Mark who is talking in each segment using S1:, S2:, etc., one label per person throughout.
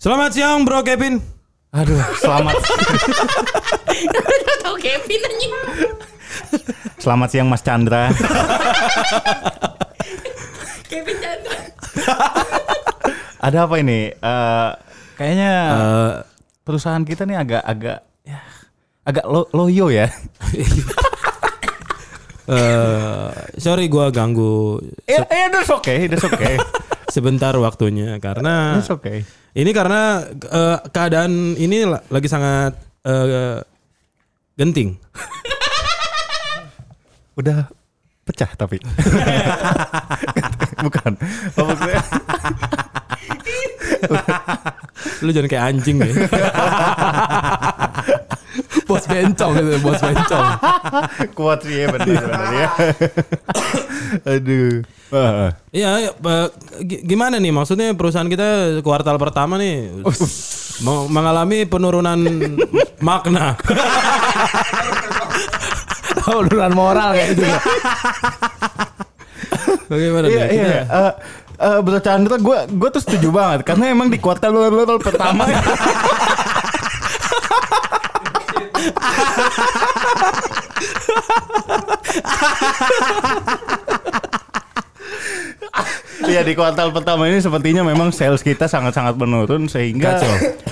S1: Selamat siang Bro Kevin.
S2: Aduh, selamat
S3: Udah tau Kevin anjing.
S2: selamat siang Mas Chandra.
S3: Kevin Chandra.
S2: Ada apa ini? Eh, kayaknya
S1: Eh,
S2: perusahaan kita nih agak-agak ya, agak lo- loyo ya.
S1: eh, sorry gua ganggu
S2: Eh, eh, that's okay, that's okay,
S1: sebentar waktunya karena
S2: that's okay.
S1: ini karena eh, keadaan ini la- lagi sangat eh, genting.
S2: Udah pecah tapi bukan. Oh, maksudnya,
S1: Lu jangan kayak anjing deh.
S4: Bos bencong itu, bos bencong.
S2: kuat sih ya benar-benar ya. Aduh. Ah,
S1: Iya, eh, gi- gimana nih maksudnya perusahaan kita kuartal pertama nih mau- mengalami penurunan makna.
S4: Penurunan moral kayak gitu.
S1: Bagaimana
S2: Iya
S1: nih? gitu ya.
S2: iya.
S1: Kita-
S2: Eh, eh, Bro Chandra, gue gue tuh setuju banget karena emang di kuartal luar pertama Iya di kuartal pertama ini sepertinya memang sales kita sangat-sangat menurun sehingga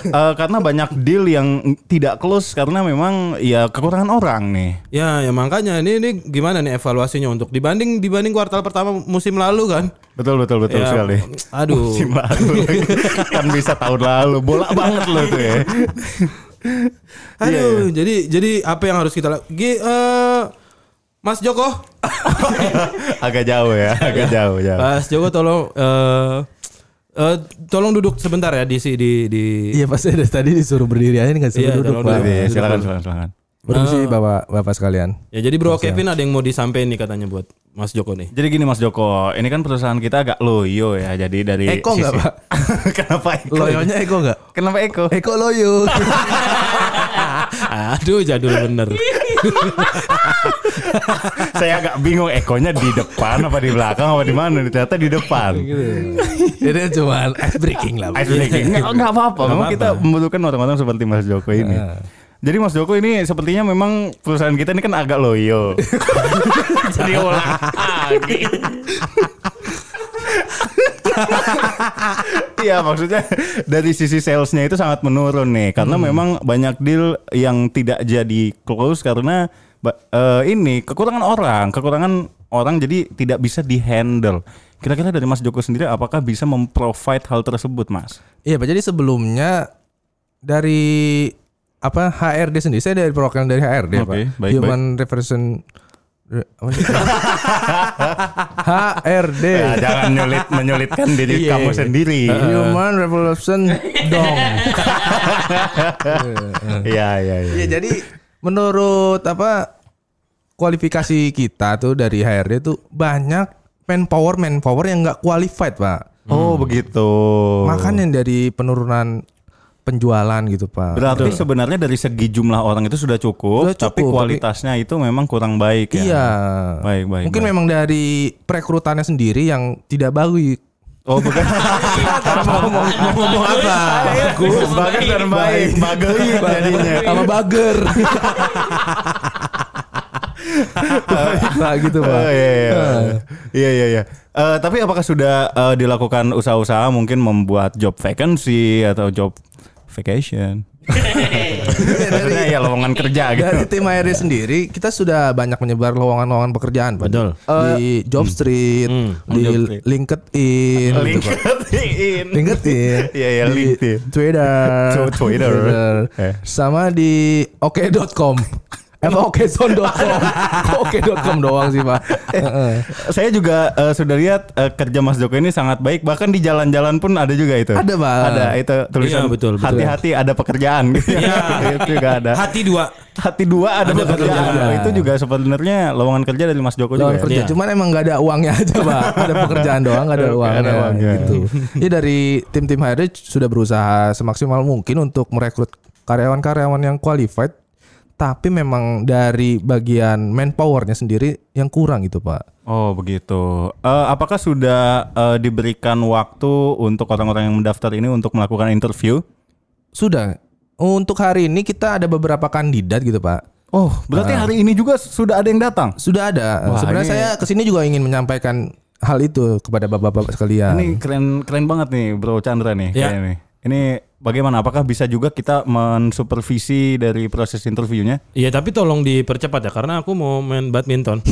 S2: eh, karena banyak deal yang tidak close karena memang ya kekurangan orang nih.
S1: Ya, ya makanya ini ini gimana nih evaluasinya untuk dibanding dibanding kuartal pertama musim lalu kan?
S2: Betul betul betul
S1: Ya,
S2: sekali.
S1: Aduh.
S2: Musim lalu lagi. kan bisa tahun lalu bola banget lo tuh ya. Iya,
S1: Aduh, jadi jadi apa yang harus kita lakukan? Mas Joko,
S2: Agak jauh ya, agak jauh ya.
S1: Mas Joko tolong eh eh, tolong duduk sebentar ya di si- di di
S4: Iya pasti dari tadi disuruh berdiri aja nggak
S1: Iya,
S4: disuruh duduk
S1: kalau
S4: pak.
S1: duduk.
S2: Iya, silakan silakan silakan.
S4: Permisi bapak bapak sekalian.
S1: Ya jadi Bro Kevin ada yang mau disampaikan nih katanya buat Mas Joko nih.
S2: Jadi gini Mas Joko, ini kan perusahaan kita agak loyo ya. Jadi dari
S4: Eko nggak, Pak?
S2: Kenapa Eko?
S4: Loyonya Eko nggak?
S2: Kenapa Eko?
S4: Eko loyo.
S1: Aduh, jadul bener.
S2: Saya agak bingung Ekonya di depan apa di belakang apa di mana? Ternyata di depan.
S4: Ini cuma ice breaking lah. Pak.
S2: Ice breaking. gitu. Iya, Nggak nggak apa-apa. Memang kita membutuhkan orang-orang seperti Mas Joko ini. Jadi Mas Joko ini sepertinya memang perusahaan kita ini kan agak loyo. Jadi ulang lagi. Iya maksudnya dari sisi salesnya itu sangat menurun nih karena
S4: Hmm.
S2: memang banyak deal yang tidak jadi close karena ba- eh, ini kekurangan orang kekurangan orang jadi tidak bisa dihandle. Kira-kira dari Mas Joko sendiri apakah bisa memprovide hal tersebut Mas?
S4: Iya pak. Jadi sebelumnya dari apa HRD sendiri saya dari perwakilan dari HRD
S2: Oke,
S4: pak.
S2: baik,
S4: Human Reversion apa sih? HRD.
S2: Ya, jangan nyulit menyulitkan diri
S4: Iya.
S2: kamu sendiri.
S4: Human Revolution dong.
S2: Iya iya iya.
S4: Iya jadi menurut apa kualifikasi kita tuh dari HRD tuh banyak manpower manpower yang nggak qualified pak.
S2: Oh begitu.
S4: Makanya dari penurunan penjualan gitu pak.
S2: Berarti sebenarnya dari segi jumlah orang itu sudah cukup,
S4: Sudah
S2: tapi
S4: cukup, tapi-
S2: kualitasnya itu memang kurang baik ya.
S4: Iya.
S2: Baik, baik,
S4: Mungkin
S2: baik.
S4: memang dari perekrutannya sendiri yang tidak bagus.
S2: Oh bukan. Karena mau ngomong, mau ngomong apa? Bagus, bagus dan baik, bagus jadinya.
S4: Sama bager. Pak gitu
S2: Oh,
S4: pak.
S2: iya iya. Iya iya iya. Eh, tapi apakah sudah eh, dilakukan usaha-usaha mungkin membuat job vacancy atau job vacation? Maksudnya ya lowongan kerja gitu.
S4: Dari tim HRD sendiri kita sudah banyak menyebar lowongan-lowongan pekerjaan pak.
S1: Betul.
S2: Eh,
S4: Di Jobstreet, di LinkedIn,
S2: LinkedIn.
S4: LinkedIn,
S2: Iya, iya,
S4: di
S2: LinkedIn.
S4: Twitter,
S2: Tw- Twitter. Eh.
S4: sama di oke.com. Emang okezone.com, oke.com doang sih pak.
S2: Eh,
S4: Heeh.
S2: Saya juga eh, sudah lihat eh, kerja Mas Joko ini sangat baik. Bahkan di jalan-jalan pun ada juga itu.
S4: Ada, Pak.
S2: Ada itu
S1: Iya,
S2: tulisan.
S1: betul, betul.
S2: Hati-hati ada pekerjaan. Gitu. itu juga ada.
S1: Iya. Hati dua.
S2: Hati dua ada,
S1: Ada
S2: pekerjaan.
S1: pekerjaan.
S2: Loh, Itu juga sebenarnya lowongan kerja dari Mas Joko
S4: Lawan
S2: juga. ya?
S4: kerja,
S1: Iya.
S4: cuman emang nggak ada uangnya aja pak. Ada pekerjaan doang, nggak ada
S2: Nggak ada
S4: uangnya.
S2: uangnya.
S4: Gitu. Jadi dari tim-tim HRD sudah berusaha semaksimal mungkin untuk merekrut karyawan-karyawan yang qualified, tapi memang dari bagian manpowernya sendiri yang kurang gitu pak.
S2: Oh begitu. Eh, apakah sudah eh, diberikan waktu untuk orang-orang yang mendaftar ini untuk melakukan interview?
S4: Sudah untuk hari ini kita ada beberapa kandidat gitu pak.
S2: Oh, berarti hari ini juga sudah ada yang datang.
S4: Sudah ada.
S2: Wah,
S4: Sebenarnya
S2: ini-
S4: saya kesini juga ingin menyampaikan hal itu kepada bapak-bapak sekalian.
S2: Ini keren keren banget nih Bro Chandra nih
S1: Ya.
S2: kayaknya nih. Ini bagaimana? Apakah bisa juga kita mensupervisi dari proses interviewnya?
S1: Iya tapi tolong dipercepat ya karena aku mau main badminton.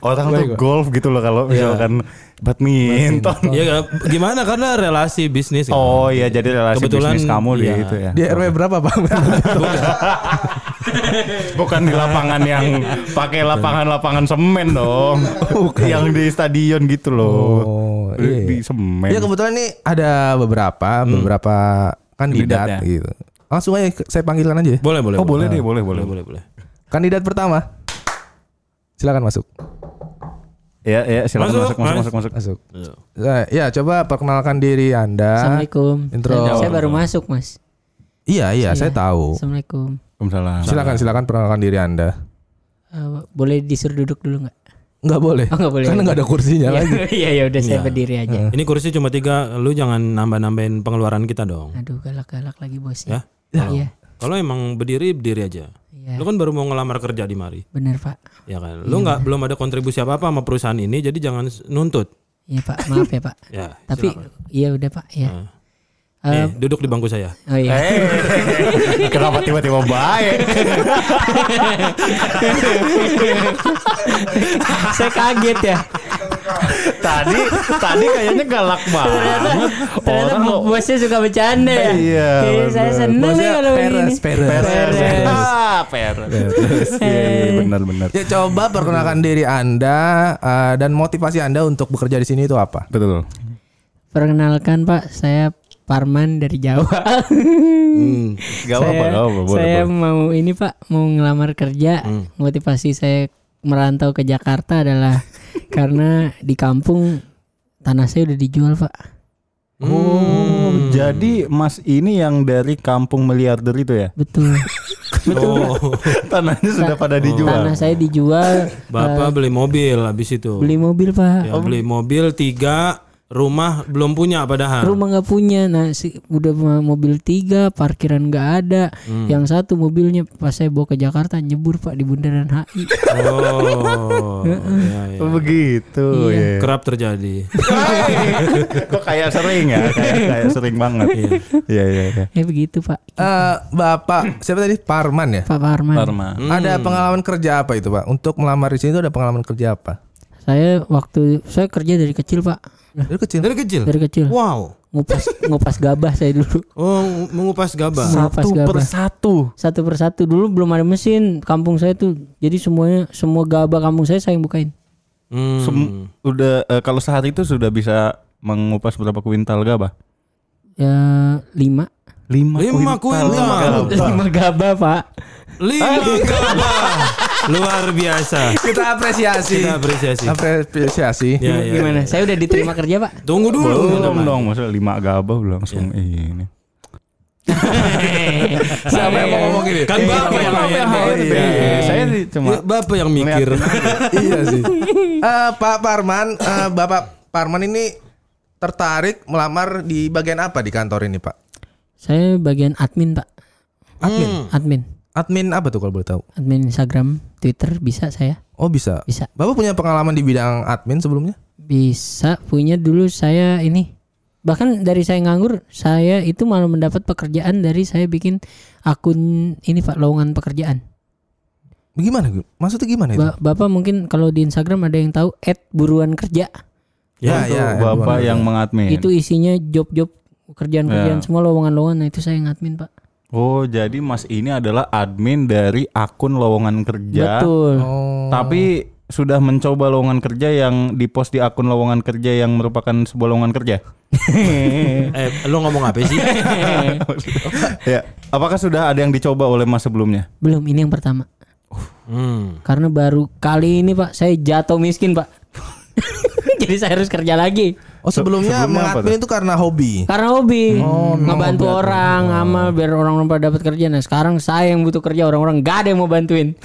S2: Orang tuh golf gitu loh kalau misalkan badminton.
S1: Iya gak? gimana karena relasi bisnis. kan.
S2: Oh iya jadi relasi
S1: Kebetulan,
S2: bisnis kamu di
S1: iya.
S2: itu ya.
S4: Di RW berapa pak?
S2: Bukan di lapangan yang pakai lapangan-lapangan semen dong. yang di stadion gitu loh.
S4: Oh, iya.
S2: Di semen.
S4: Ya kebetulan ini ada beberapa beberapa
S2: Kandidatnya.
S4: kandidat gitu. Langsung aja ke- saya panggilan aja. ya.
S1: Boleh boleh. Ah,
S2: oh boleh deh, boleh, boleh.
S1: boleh boleh.
S4: Kandidat pertama. Silakan masuk.
S2: Ya, ya, silakan
S1: Masuk,
S2: masuk, masuk,
S1: Mas.
S2: masuk, masuk.
S4: Masuk.
S1: Iya.
S4: Eh, Ya, coba perkenalkan diri Anda.
S5: Assalamualaikum.
S4: Ah, Intro.
S5: Saya, saya baru masuk, Mas.
S4: Iya, iya, saya tahu.
S5: Assalamualaikum.
S2: Waalaikumsalam.
S4: Silakan, silakan perkenalkan diri Anda.
S5: Eh, boleh disuruh duduk dulu nggak?
S4: Nggak boleh.
S5: Oh, nggak boleh.
S4: Karena nggak ada kursinya lagi.
S5: Iya, ya udah saya berdiri aja.
S1: Ini kursi cuma tiga, lu jangan nambah-nambahin pengeluaran kita dong.
S5: Aduh, galak-galak lagi bos
S1: Ya?
S5: ya. Iya,
S1: Kalau emang berdiri berdiri aja.
S5: Iya.
S1: Lu kan baru mau ngelamar kerja di mari,
S5: bener Pak.
S1: ya kan?
S5: Iya.
S1: Lu nggak belum ada kontribusi apa apa sama perusahaan ini, jadi jangan s- nuntut.
S5: Iya Pak, maaf ya Pak.
S1: Ya.
S5: Tapi eh, iya udah Pak, ya.
S1: Nih, duduk di bangku saya.
S5: Oh iya.
S2: Eh, Kenapa tiba-tiba baik?
S5: saya kaget ya.
S2: tadi tadi kayaknya galak banget.
S5: Ternyata
S2: Orang lo
S5: bosnya suka bercanda ya.
S2: Iya,
S5: Iya, saya
S2: bener.
S5: seneng nih
S4: Bosnya
S5: kalau begini.
S4: peres, peres.
S2: peres.
S5: Peres.
S2: Ah, peres. Iya, iya, iya, benar benar.
S4: Ya coba perkenalkan
S5: Iya.
S4: diri Anda eh, dan motivasi Anda untuk bekerja di sini itu apa?
S2: Betul.
S5: Perkenalkan Pak, saya Parman dari Jawa.
S2: Gak apa-apa,
S5: saya,
S2: gak apa-apa. boleh,
S5: saya
S2: boleh. Hmm.
S5: mau ini pak mau ngelamar kerja motivasi saya merantau ke Jakarta adalah karena di kampung tanah saya udah dijual pak
S2: Oh, jadi Mas ini yang dari kampung miliarder itu ya?
S5: betul
S1: Oh,
S2: Tanahnya sudah pada dijual.
S5: tanah saya dijual
S1: bapak beli mobil habis itu.
S5: beli mobil pak
S1: Ya, beli mobil tiga, rumah belum punya padahal.
S5: rumah nggak punya nah si, udah ma- mobil tiga parkiran nggak ada
S2: Hmm.
S5: yang satu mobilnya pas saya bawa ke Jakarta nyebur pak di bundaran HI
S1: Oh, ya, ya.
S2: Oh, begitu ya.
S1: kerap terjadi.
S2: Kok kayak sering ya? Kayak, kayak sering banget. Iya, iya, iya.
S5: ya begitu pak
S4: Eh, Bapak siapa tadi? Parman ya.
S5: Pak Parman
S2: Parma.
S4: Ada pengalaman kerja apa itu, Pak? Untuk melamar di sini itu ada pengalaman kerja apa?
S5: saya waktu saya kerja dari kecil pak
S4: Dari kecil.
S1: Dari kecil.
S5: dari kecil
S1: Wow.
S5: ngupas ngupas gabah saya dulu
S1: Oh, ng- mengupas gabah.
S5: ngupas gabah
S2: Persatu.
S5: satu persatu dulu belum ada mesin kampung saya tuh jadi semuanya semua gabah kampung saya saya yang bukain
S1: Hmm.
S2: Sem- udah eh, kalau sehari itu sudah bisa mengupas berapa kuintal gabah?
S5: ya lima
S2: Lima,
S1: Lima kuintal.
S5: lima gabah pak
S1: Lima gabah. Luar biasa.
S4: Kita apresiasi.
S1: Kita apresiasi.
S4: Apresiasi.
S1: Ya, ya.
S5: gimana saya udah diterima kerja pak
S1: Tunggu dulu.
S2: Belum, dong, maksudnya lima gabah langsung ini.
S4: Siapa yang mau ngomong gini?
S1: Kan bapak yang
S4: Bapak yang
S1: ngomong.
S4: ngomong.
S2: Iya, saya sih
S1: Ya,
S2: cuma ya.
S1: bapak yang mikir. Ya,
S4: Iya sih. Eh, Pak Parman, eh, Bapak Parman ini tertarik melamar di bagian apa di kantor ini, Pak?
S5: saya bagian admin pak admin admin
S4: Admin apa tuh kalau boleh tahu?
S5: admin Instagram Twitter bisa saya
S4: Oh, bisa.
S5: bisa
S4: Bapak punya pengalaman di bidang admin sebelumnya?
S5: bisa punya dulu saya ini bahkan dari saya nganggur saya itu malah mendapat pekerjaan dari saya bikin akun ini pak lowongan pekerjaan
S4: Gimana? Gu? Maksudnya gimana itu?
S5: Ba- Bapak mungkin kalau di Instagram ada yang tahu buruan kerja
S4: ya,
S2: Untuk bapak yang mengadmin.
S5: itu isinya job-job kerjaan-kerjaan semua lowongan-lowongan nah itu saya ngadmin Pak
S2: Oh, jadi Mas ini adalah admin dari akun lowongan kerja.
S5: betul
S4: Oh.
S2: Tapi sudah mencoba lowongan kerja yang dipost di akun lowongan kerja yang merupakan sebuah lowongan kerja.
S1: Eh, lu ngomong apa sih?
S2: ya, apakah sudah ada yang dicoba oleh Mas sebelumnya?
S5: belum ini yang pertama
S1: Hmm.
S5: karena baru kali ini Pak saya jatuh miskin Pak Jadi saya harus kerja lagi.
S4: Oh sebelumnya,
S2: Sebelumnya apa
S4: mengadmin itu karena hobi.
S5: Karena hobi
S4: Oh, memang
S5: ngebantu
S4: hobi admin.
S5: orang amal biar orang-orang pada dapat kerja. Nah, sekarang saya yang butuh kerja, orang-orang gak ada yang mau bantuin.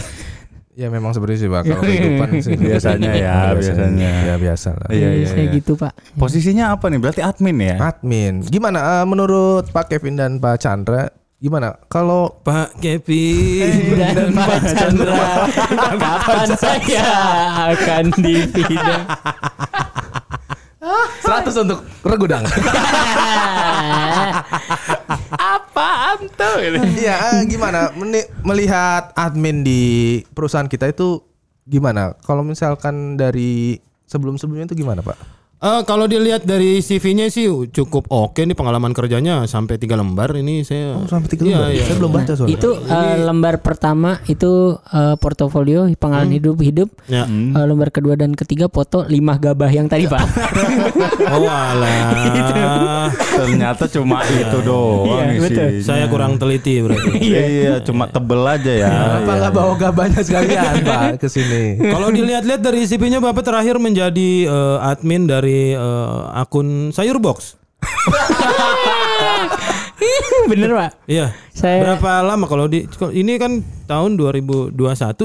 S4: Ya memang seperti itu sih pak. Kalau kehidupan sih.
S2: Biasanya ya, biasanya.
S4: Ya biasa lah.
S2: Iya,
S5: Jadi
S2: iya,
S5: saya
S2: iya.
S5: gitu, Pak.
S2: Posisinya apa nih? Berarti admin ya?
S4: Admin, gimana eh, menurut Pak Kevin dan Pak Chandra? Gimana kalau
S1: Pak
S5: Eh.
S1: Kevin
S5: Dan Pak Chandra, kapan saya akan dipindah?
S4: 100 untuk regudang?
S5: Apaan tuh?
S4: Iya, eh, gimana Meni- melihat admin di perusahaan kita itu gimana? Kalau misalkan dari sebelum-sebelumnya itu gimana, Pak?
S1: Eh, kalau dilihat dari CV-nya sih cukup oke nih pengalaman kerjanya sampai tiga lembar ini saya.
S4: Oh, sampai tiga
S1: Iya,
S4: lembar.
S1: iya.
S4: Saya belum baca soalnya.
S5: Itu eh, lembar pertama itu eh, portofolio pengalaman hidup-hidup.
S1: Ya.
S5: Eh, lembar kedua dan ketiga foto lima gabah yang tadi pak.
S1: Oh alah.
S2: Iya. Ternyata cuma itu doang
S5: Iya, betul.
S2: isinya.
S1: saya kurang teliti berarti.
S2: Iya, iya, cuma tebel aja ya.
S4: Kenapa
S2: Iya.
S4: nggak bawa gabahnya sekalian, Pak, ke sini?
S1: Kalau dilihat-lihat dari CV-nya Bapak terakhir menjadi eh, admin dari eh, akun Sayur Box.
S5: Bener pak.
S1: Iya.
S5: Saya-
S1: Berapa lama kalau di kalau- ini kan tahun 2021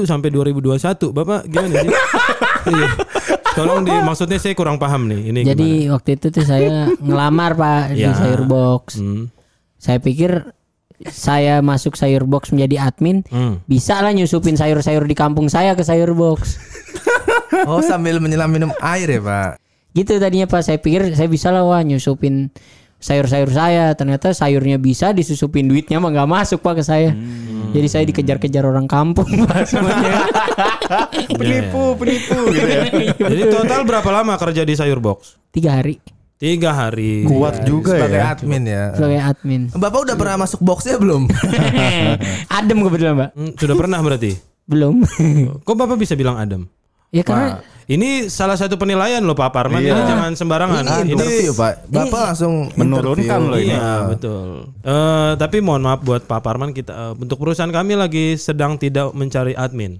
S1: sampai 2021. Bapak gimana sih? Iya. Tolong di maksudnya saya kurang paham nih ini
S5: Jadi waktu itu tuh saya ngelamar pak di
S1: Ya.
S5: sayur box.
S1: gimana. Hmm.
S5: Saya pikir saya masuk sayur box menjadi admin
S1: Hmm.
S5: bisa lah nyusupin sayur-sayur di kampung saya ke sayur box.
S4: Oh, sambil menyelam minum air ya, Pak.
S5: Gitu tadinya pak saya pikir saya bisa lah wah nyusupin sayur-sayur saya ternyata sayurnya bisa disusupin duitnya mah nggak masuk pak ke saya. Jadi saya dikejar-kejar orang kampung pak semuanya.
S2: penipu, penipu gitu ya.
S1: Jadi total berapa lama kerja di Sayur Box?
S5: Tiga hari
S1: Tiga hari.
S2: Kuat juga
S4: Iya, Sebagai
S2: ya.
S4: admin ya.
S5: sebagai admin.
S4: Bapak udah pernah masuk boxnya belum?
S5: Adem kebetulan mbak.
S1: Hmm, sudah pernah berarti.
S5: Belum.
S1: Kok bapak bisa bilang adem?
S5: ya karena
S1: Ini salah satu penilaian loh Pak Parman. Ini jangan sembarangan.
S4: interview, Pak. Bapak langsung
S2: Menurunkan
S4: interview.
S2: loh ini.
S1: Iya betul. Eh, tapi mohon maaf buat Pak Parman kita eh, untuk perusahaan kami lagi sedang tidak mencari admin.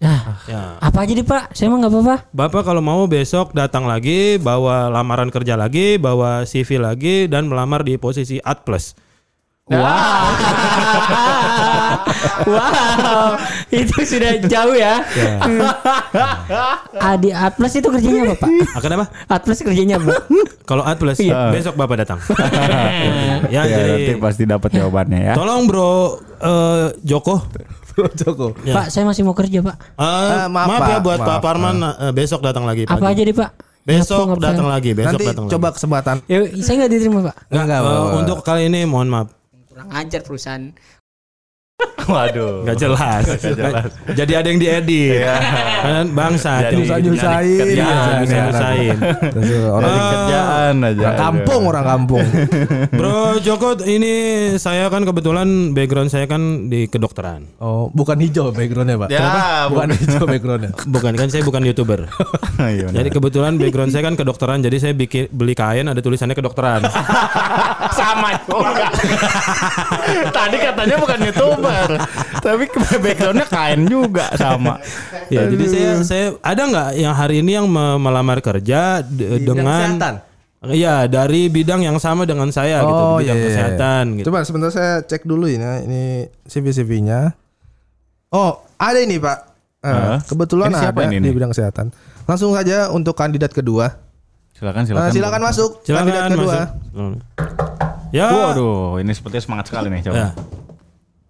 S5: ah,
S1: Ya.
S5: apa aja deh pak? Saya mah nggak apa-apa.
S1: Bapak kalau mau besok datang lagi, bawa lamaran kerja lagi, bawa CV lagi dan melamar di posisi ad plus.
S5: wow, itu sudah jauh ya. Ah, di Atlas itu kerjanya apa pak?
S1: Akan apa?
S5: Atlas kerjanya apa?
S1: Kalau ad plus besok Bapak datang. ya,
S2: Ya, Iya. nanti
S1: jadi
S2: pasti dapat jawabannya ya.
S1: tolong Bro eh, Joko.
S4: Bro Joko.
S1: Ya.
S5: Pak, saya masih mau kerja pak.
S1: Eh,
S4: maaf,
S1: maaf,
S4: Pak.
S1: ya buat
S4: Maaf.
S1: Pak Parman eh, besok datang lagi
S5: Apa
S1: pagi.
S5: aja deh pak?
S1: Besok
S5: Ngapa, ngapa,
S1: datang
S5: ngapa.
S1: lagi, besok
S4: Nanti
S1: datang
S4: coba
S1: lagi.
S4: kesempatan.
S5: Ya, saya nggak diterima pak.
S1: Nggak,
S4: Enggak,
S1: eh,
S4: Bapak.
S1: untuk kali ini mohon maaf.
S5: Kurang ajar perusahaan.
S2: Waduh.
S1: Gak jelas. Jadi ada yang diedit. Kan bangsa.
S2: Jadi
S1: Jurusan-
S4: Nyusahin-nyusahin.
S1: Iya,
S2: kerjaan
S4: Iya,
S1: jurusan-
S2: ya.
S1: jurusain.
S4: Orang
S2: Jadi kerjaan aja.
S4: orang kampung, orang kampung. Hmm.
S1: Bro Joko, ini saya kan kebetulan background saya kan di kedokteran.
S4: Oh, bukan hijau backgroundnya pak.
S2: Ya,
S4: Kenapa? bukan hijau backgroundnya.
S1: Bukan kan saya bukan youtuber.
S2: Iya, benar.
S1: Jadi kebetulan background saya kan kedokteran, jadi saya bikin beli kain ada tulisannya kedokteran.
S2: sama juga. Tadi katanya bukan youtuber, tapi backgroundnya kain juga sama.
S1: ya,
S2: Iya.
S1: jadi saya saya ada nggak yang hari ini yang me- melamar kerja d- dengan
S4: kesehatan?
S1: Iya, dari bidang yang sama dengan saya gitu, bidang
S4: iya, iya, iya.
S1: kesehatan gitu.
S4: Coba sebentar saya cek dulu ini, ini CV CV-nya. Oh, ada ini Pak. Eh,
S2: Hah?
S4: kebetulan
S2: Ini siapa
S4: ada
S2: ini
S4: di
S2: nih?
S4: bidang kesehatan. Langsung saja untuk kandidat kedua.
S2: Silakan
S4: Eh,
S2: Ah, silakan.
S4: silakan masuk. kandidat
S1: Silakan
S4: kedua.
S1: masuk. Ya.
S2: Waduh, ini sepertinya semangat sekali
S1: Ya.
S2: nih coba.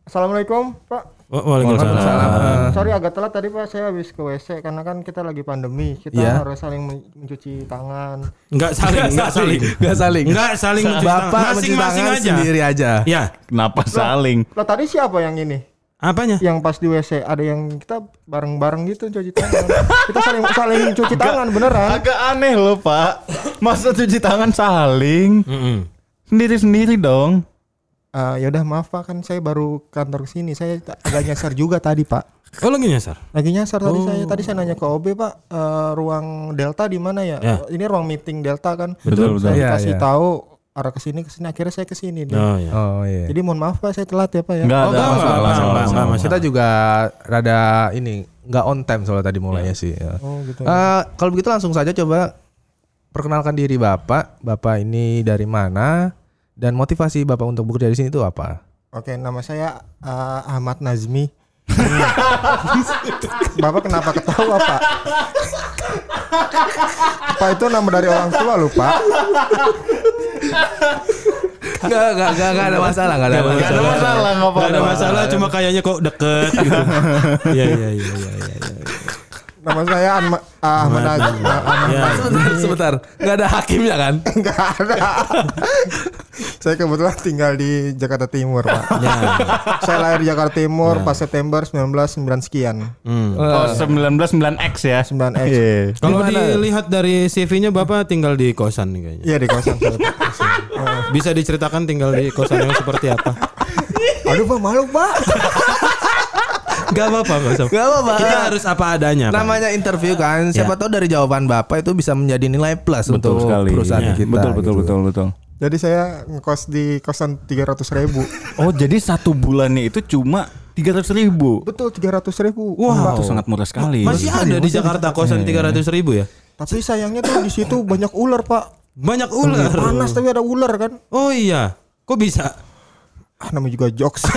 S6: Assalamualaikum Pak.
S1: Wa- Waalaikumsalam.
S6: Sorry agak telat tadi Pak, saya habis ke WC karena kan kita lagi pandemi, kita
S4: Iya.
S6: harus saling men- mencuci tangan.
S1: Enggak saling, enggak saling.
S4: Enggak saling.
S1: Enggak saling mencuci
S4: Bapak
S1: tangan.
S4: mencuci
S1: masing-masing
S4: tangan
S1: aja.
S4: sendiri aja.
S1: Ya.
S2: Kenapa saling?
S6: Lah tadi siapa yang ini?
S1: Apanya?
S4: Ya.
S6: Yang pas di WC ada yang kita bareng-bareng gitu cuci tangan. kita saling saling cuci tangan beneran.
S2: Agak aneh loh pak. Masa cuci tangan saling
S1: Mm-mm.
S2: sendiri sendiri dong.
S6: Ah, yaudah maaf Pak, kan saya baru kantor sini. Saya ta- agak
S4: Iya,
S6: nyasar juga tadi Pak.
S1: Oh lagi nyasar.
S6: Lagi nyasar tadi saya. Tadi saya nanya ke OB Pak, eh, ruang Delta di mana ya?
S1: Ya.
S6: Ini ruang meeting Delta kan.
S2: Betul betul.
S4: Iya,
S6: Kasih
S4: iya.
S6: tahu arah ke sini ke sini akhirnya saya ke sini. nih.
S1: Oh ya.
S4: Oh iya.
S6: Jadi mohon maaf Pak, saya telat ya Pak ya.
S2: Enggak ada
S4: Oh, enggak,
S2: masalah.
S1: enggak,
S2: enggak
S1: enggak,
S2: masalah.
S1: enggak,
S4: Kita juga rada ini nggak on time soalnya tadi mulainya
S2: Iya.
S4: sih. ya.
S6: Oh, gitu.
S4: Eh, kalau begitu langsung saja coba perkenalkan diri Bapak. Bapak ini dari mana dan motivasi Bapak untuk bekerja di sini itu apa?
S6: Oke, nama saya eh, Ahmad Nazmi. Hmm. Bapak kenapa ketawa, Pak? Pak itu nama dari orang tua lu, Pak.
S4: Enggak, enggak, enggak, ada masalah, enggak ada
S1: Nggak
S4: masalah.
S2: masalah, nggak
S1: Gak ada masalah, cuma kayaknya kok deket gitu. Iya iya iya iya. iya.
S6: Nama saya Anma- Ahmad Nazmi. Ahmad
S1: Ya.
S4: Sebentar, sebentar. Enggak ada hakimnya kan?
S6: Enggak ada. saya kebetulan tinggal di Jakarta Timur, Pak.
S1: Ya.
S6: Saya lahir Jakarta Timur pas September 1999 sekian.
S1: Hmm.
S2: Oh, 19 X ya.
S6: 9X.
S2: Iya.
S1: Kalau dilihat dari CV-nya Bapak tinggal di kosan kayaknya.
S6: Iya di kosan saya.
S1: Bisa diceritakan tinggal di kosan yang seperti apa?
S6: Aduh, Pak, malu, Pak.
S1: Gak apa-apa, Mas.
S4: Enggak apa-apa.
S1: Kita harus apa adanya. Pak.
S4: namanya interview kan siapa tahu dari jawaban bapak itu bisa menjadi nilai plus
S2: Iya. Betul
S4: untuk
S2: sekali.
S4: perusahaan
S2: Iya.
S4: kita
S2: betul betul
S4: gitu.
S2: betul betul.
S6: Jadi saya ngekos di kosan 300 ribu.
S2: Oh, jadi satu bulannya itu cuma 300 ribu.
S6: Betul 300 ribu.
S2: Itu sangat murah sekali.
S1: Masih ada di Jakarta kosan 300 ribu ya?
S6: Tapi sayangnya tuh di situ banyak ular pak.
S1: Banyak ular.
S6: Panas tapi ada ular kan.
S1: Oh iya. Kok bisa?
S6: Ah namanya juga jokes.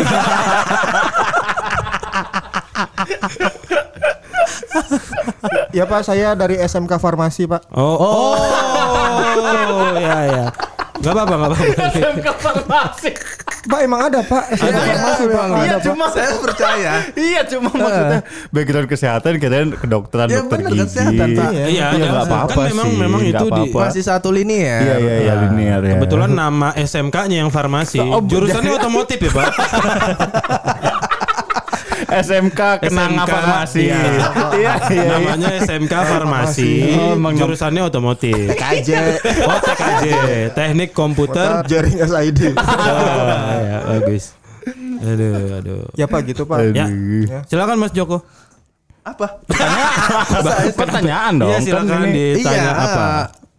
S6: ya pak saya dari SMK Farmasi pak.
S1: Oh. Oh. ya ya. Gak apa-apa, gak apa-apa.
S6: Pak emang ada pak SMK Farmasi memang ada,
S2: Iya,
S6: pak.
S2: cuma
S4: saya percaya
S2: Iya, cuma maksudnya background kesehatan kalian kedokteran,
S4: Ya,
S2: dokter
S4: bener,
S2: gigi.
S4: kesehatan, Pak.
S1: Iya,
S2: Iya,
S1: ada.
S2: nggak apa-apa
S1: Kan
S2: sih.
S1: memang- memang
S2: nggak
S1: itu di-
S2: apa-apa.
S4: masih satu lini ya
S2: Iya, iya, iya, linear ya.
S1: Kebetulan nama SMK-nya yang farmasi.
S2: Oh,
S1: Jurusannya otomotif ya, Pak?
S2: SMK
S1: SMK,
S2: Kenanga Farmasi.
S1: iya.
S2: Iya, iya. iya.
S1: Namanya SMK Farmasi,
S2: Oh, emang-
S1: jurusannya otomotif.
S6: KJ
S1: Oh, TKJ, Teknik Komputer.
S6: jaring SID.
S1: Ah, ya, bagus. Aduh, aduh.
S6: ya pak gitu pak.
S1: Ya.
S2: Aduh.
S1: Silakan Mas Joko.
S4: apa
S2: Pertanyaan dong.
S1: Iya,
S2: kan
S1: silakan
S2: ini-
S1: ditanya apa.
S4: Iya,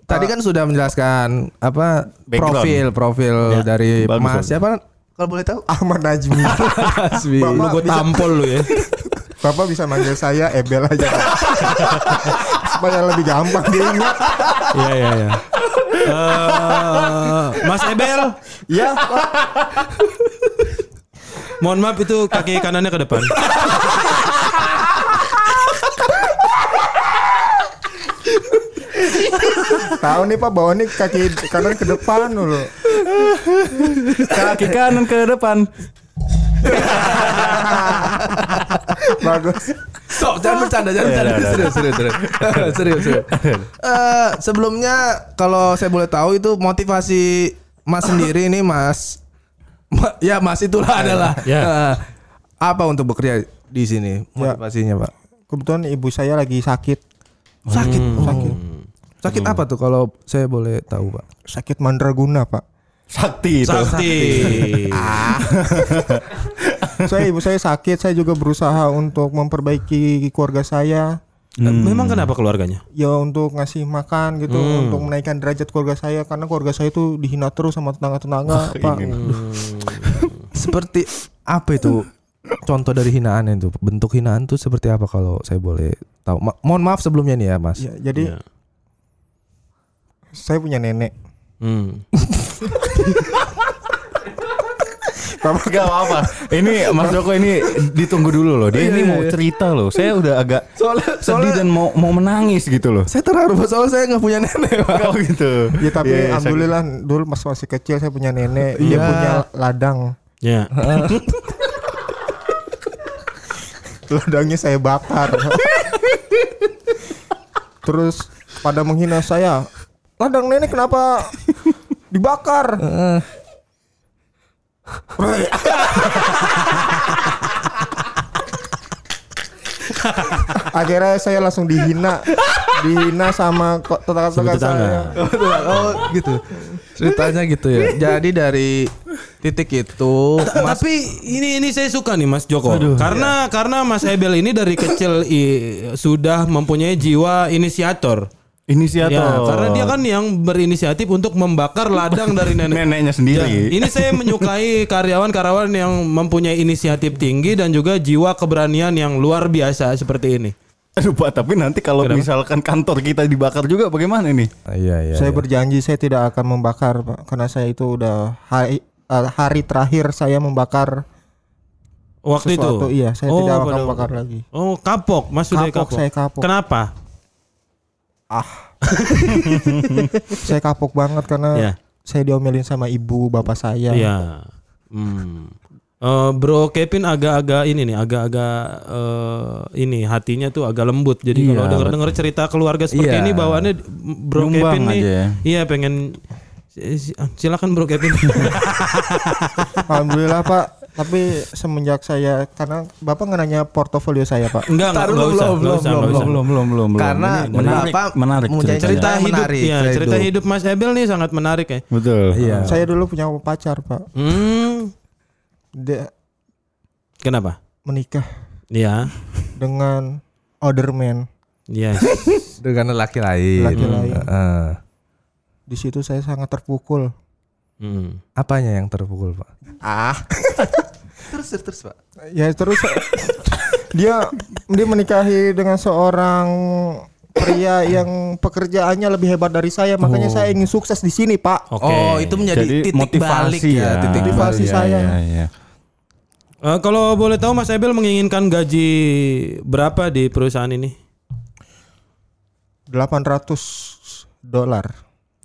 S4: tadi kan sudah menjelaskan apa
S2: Background. Ya,
S4: profil profil dari
S2: bagus,
S4: mas
S2: bagus.
S4: siapa kalau boleh tahu
S6: Ahmad Najmi.
S4: Asbi.
S1: Lu
S6: Bapak-
S1: gue
S6: bisa-
S1: tampol lu ya.
S6: Bapak bisa manggil saya Ebel aja. Pak. Supaya lebih gampang diingat.
S1: Iya, iya, iya. Eh, Mas Ebel,
S6: Ya, Pak.
S1: mohon maaf itu kaki kanannya ke depan.
S6: tahu nih Pak bawa nih kaki kanan ke depan dulu.
S2: Kaki kanan ke depan.
S6: Bagus.
S4: Sok, jangan bercanda, jangan
S2: Iya,
S4: bercanda.
S2: iya, iya.
S4: Serius, serius, serius. serius, serius. Eh, sebelumnya kalau saya boleh tahu itu motivasi Mas sendiri ini Mas Ma- ya Mas itulah adalah
S1: Iya.
S4: Eh, apa untuk bekerja di sini
S2: Ya.
S4: motivasinya, Pak?
S6: Kebetulan ibu saya lagi sakit, Hmm.
S4: Sakit, sakit. Sakit
S2: Hmm.
S4: apa tuh kalau saya boleh tahu, Pak?
S6: sakit mandraguna, Pak.
S2: Sakti itu. Ah.
S1: Sakti.
S6: Saya ibu saya sakit, saya juga berusaha untuk memperbaiki keluarga saya.
S1: Memang kenapa keluarganya?
S6: Ya untuk ngasih makan gitu, untuk menaikkan derajat keluarga saya karena keluarga saya itu dihina terus sama tetangga-tetangga, Pak.
S4: Seperti apa itu? Contoh dari hinaan itu, bentuk hinaan tuh seperti apa kalau saya boleh tahu? Ma- mohon maaf sebelumnya nih ya, Mas.
S6: Ya, jadi
S1: Iya.
S6: saya punya nenek.
S1: Hmm.
S2: Bapak gak apa-apa. Ini Mas Joko ini ditunggu dulu loh. Dia ini mau cerita loh. Saya udah agak
S4: Soalnya,
S2: sedih dan mau mau menangis gitu loh.
S4: saya terharu Pak, soalnya saya nggak punya nenek, Pak.
S2: Oh gitu.
S6: Ya tapi
S2: Iya, iya,
S6: alhamdulillah dulu pas masih kecil saya punya nenek, dia
S4: Iya.
S6: punya ladang.
S1: Ya.
S6: ladangnya saya bakar. Terus pada menghina saya, ladang nenek kenapa dibakar? Weh, Akhirnya saya langsung dihina, dihina sama ko-
S1: Sama
S6: tetangga-tetangga
S1: tetangga.
S6: saya. Ya.
S4: oh gitu ceritanya gitu ya jadi dari titik itu mas
S1: Tapi ini ini saya suka nih Mas Joko. karena karena Mas Ebel ini dari kecil i- sudah mempunyai jiwa inisiator.
S2: Inisiator.
S1: Ya, karena dia kan yang berinisiatif untuk membakar ladang dari nenek. Ya,
S2: neneknya sendiri.
S1: ini saya menyukai karyawan-karyawan yang mempunyai inisiatif tinggi dan juga jiwa keberanian yang luar biasa seperti ini.
S2: Aduh, Pak, tapi nanti kalau misalkan kantor kita dibakar juga bagaimana nih?
S7: Iya iya.
S6: saya berjanji saya tidak akan membakar pak karena saya itu udah hari eh, hari terakhir saya membakar
S1: Waktu
S6: sesuatu
S1: itu.
S6: iya saya
S1: Oh,
S6: tidak akan
S1: pada-
S6: membakar lagi
S1: Oh, kapok, Mas sudah
S6: Kapok,
S1: kapok.
S6: saya kapok.
S1: Kenapa?
S6: saya kapok banget karena
S1: Iya.
S6: saya diomelin sama ibu bapak saya
S1: Iya. Hmm. Eh, bro Kevin agak-agak ini nih, agak-agak eh, ini hatinya tuh agak lembut. Jadi kalau denger-denger cerita keluarga seperti
S7: Iya.
S1: ini bawaannya Bro
S2: Nyumbang
S1: Kevin nih.
S2: aja ya.
S1: Iya, pengen si- si- silakan Bro Kevin.
S6: alhamdulillah pak tapi semenjak saya karena bapak nggak nanya portofolio saya pak
S1: Enggak, enggak,
S4: Taruh
S1: enggak
S4: dulu,
S1: usah,
S4: belum,
S1: enggak usah,
S4: belum,
S1: enggak usah.
S2: belum, belum, belum.
S4: Karena
S2: Ini menarik,
S4: Bapak
S2: menarik
S4: mempunyai
S1: Cerita
S2: ceritanya.
S4: Saya
S1: hidup,
S4: menarik,
S1: ya,
S4: saya
S1: cerita
S4: hidup.
S1: hidup Mas Ebel nih sangat menarik ya.
S2: Betul.
S7: Iya.
S6: saya dulu punya pacar pak
S1: Hmm.
S6: dia
S1: Kenapa?
S6: menikah
S1: Iya.
S6: dengan other man
S1: Yes.
S7: Dengan laki
S1: Iya.
S7: lain.
S6: Laki
S1: Hmm.
S6: lain.
S7: Heeh.
S4: Ah.
S6: di situ saya sangat terpukul
S1: Hmm.
S7: Apanya yang terpukul pak?
S4: Terus terus, terus pak.
S6: ya terus dia dia menikahi dengan seorang pria yang pekerjaannya lebih hebat dari saya makanya
S1: Oh.
S6: saya ingin sukses di sini pak
S1: Oke.
S4: Oh itu menjadi
S2: Jadi
S4: titik balik
S2: motivasi
S4: ya,
S2: ya,
S4: titik
S6: Motivasi
S4: balik.
S6: saya.
S2: Iya, iya.
S1: Eh, kalau boleh tahu Mas Ebel menginginkan gaji berapa di perusahaan ini?
S6: 800 dolar
S1: 800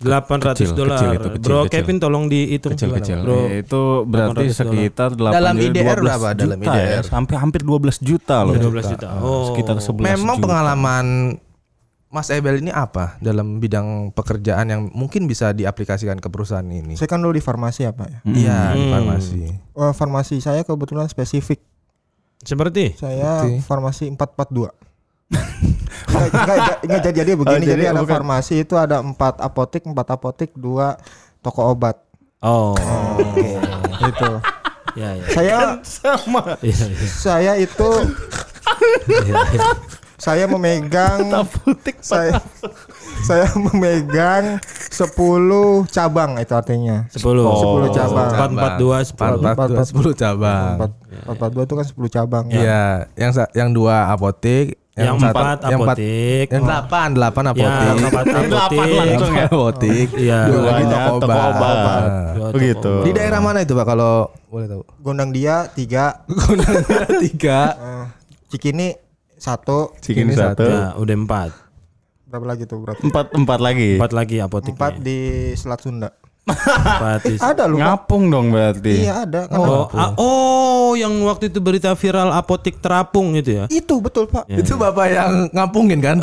S7: Kecil,
S1: dolar.
S7: kecil itu, kecil,
S1: Bro
S7: kecil.
S1: Kevin tolong dihitung
S7: Kecil,
S1: gimana,
S7: kecil. Eh.
S1: Bro.
S2: Iya, Itu berarti
S1: 800
S2: sekitar 8
S4: Dalam
S2: dari
S4: IDR
S2: 12
S4: berapa? Dalam
S2: juta ya.
S4: IDR.
S2: Hampir hampir 12 juta loh. Nah,
S1: 12 juta. Oh.
S2: Sekitar 11
S4: Memang
S2: juta.
S4: pengalaman Mas Ebel ini apa dalam bidang pekerjaan yang mungkin bisa diaplikasikan ke perusahaan ini?
S6: saya kan dulu di farmasi ya pak ya
S4: Iya, di farmasi.
S6: Eh, farmasi saya kebetulan spesifik
S1: Seperti
S6: saya
S4: Oke.
S6: farmasi 442 Enggak, enggak, enggak, enggak, jadi jadi begini.
S2: Oh, jadi
S6: jadi, ada
S2: bukan.
S6: farmasi itu ada empat apotek, empat apotek, dua toko obat.
S1: Oh.
S6: Itu.
S1: ya ya.
S6: Saya
S1: Iya, iya.
S6: saya itu saya memegang saya saya memegang 10 cabang itu artinya
S1: 10.
S4: Oh,
S1: 10
S6: cabang.
S1: 442 10.
S6: 442.
S4: 10 cabang.
S6: 4, 42 itu kan 10 cabang
S4: Iya, yang sa- yang dua apotek,
S1: Yang
S4: satu-
S1: empat
S4: yang empat-
S1: apotek.
S4: yang delapan, delapan
S1: Ya,
S4: apotek.
S1: empat
S4: Yang
S1: apotek.
S4: empat apotek,
S1: Iya.
S4: ya? dua lagi
S2: Duanya
S4: toko
S2: toko
S4: obat.
S2: obat.
S1: Dua toko
S2: Begitu.
S4: Di daerah mana itu Pak kalau boleh tahu?
S6: gondang dia 3
S4: Tiga.
S6: cikini 1
S2: Cikini
S4: Ini
S2: satu.
S1: Ya, udah 4.
S6: berapa lagi tuh
S4: Hmm,
S6: berarti
S2: Empat empat lagi.
S1: 4 lagi apotek.
S6: 4 di Selat Sunda
S1: 4.
S6: ada lu Pak.
S2: Ngapung dong berarti.
S6: iya ada kan
S1: Oh, ah, oh, yang waktu itu berita viral apotek terapung itu ya.
S6: itu betul Pak
S4: Itu Bapak yang ngampungin kan?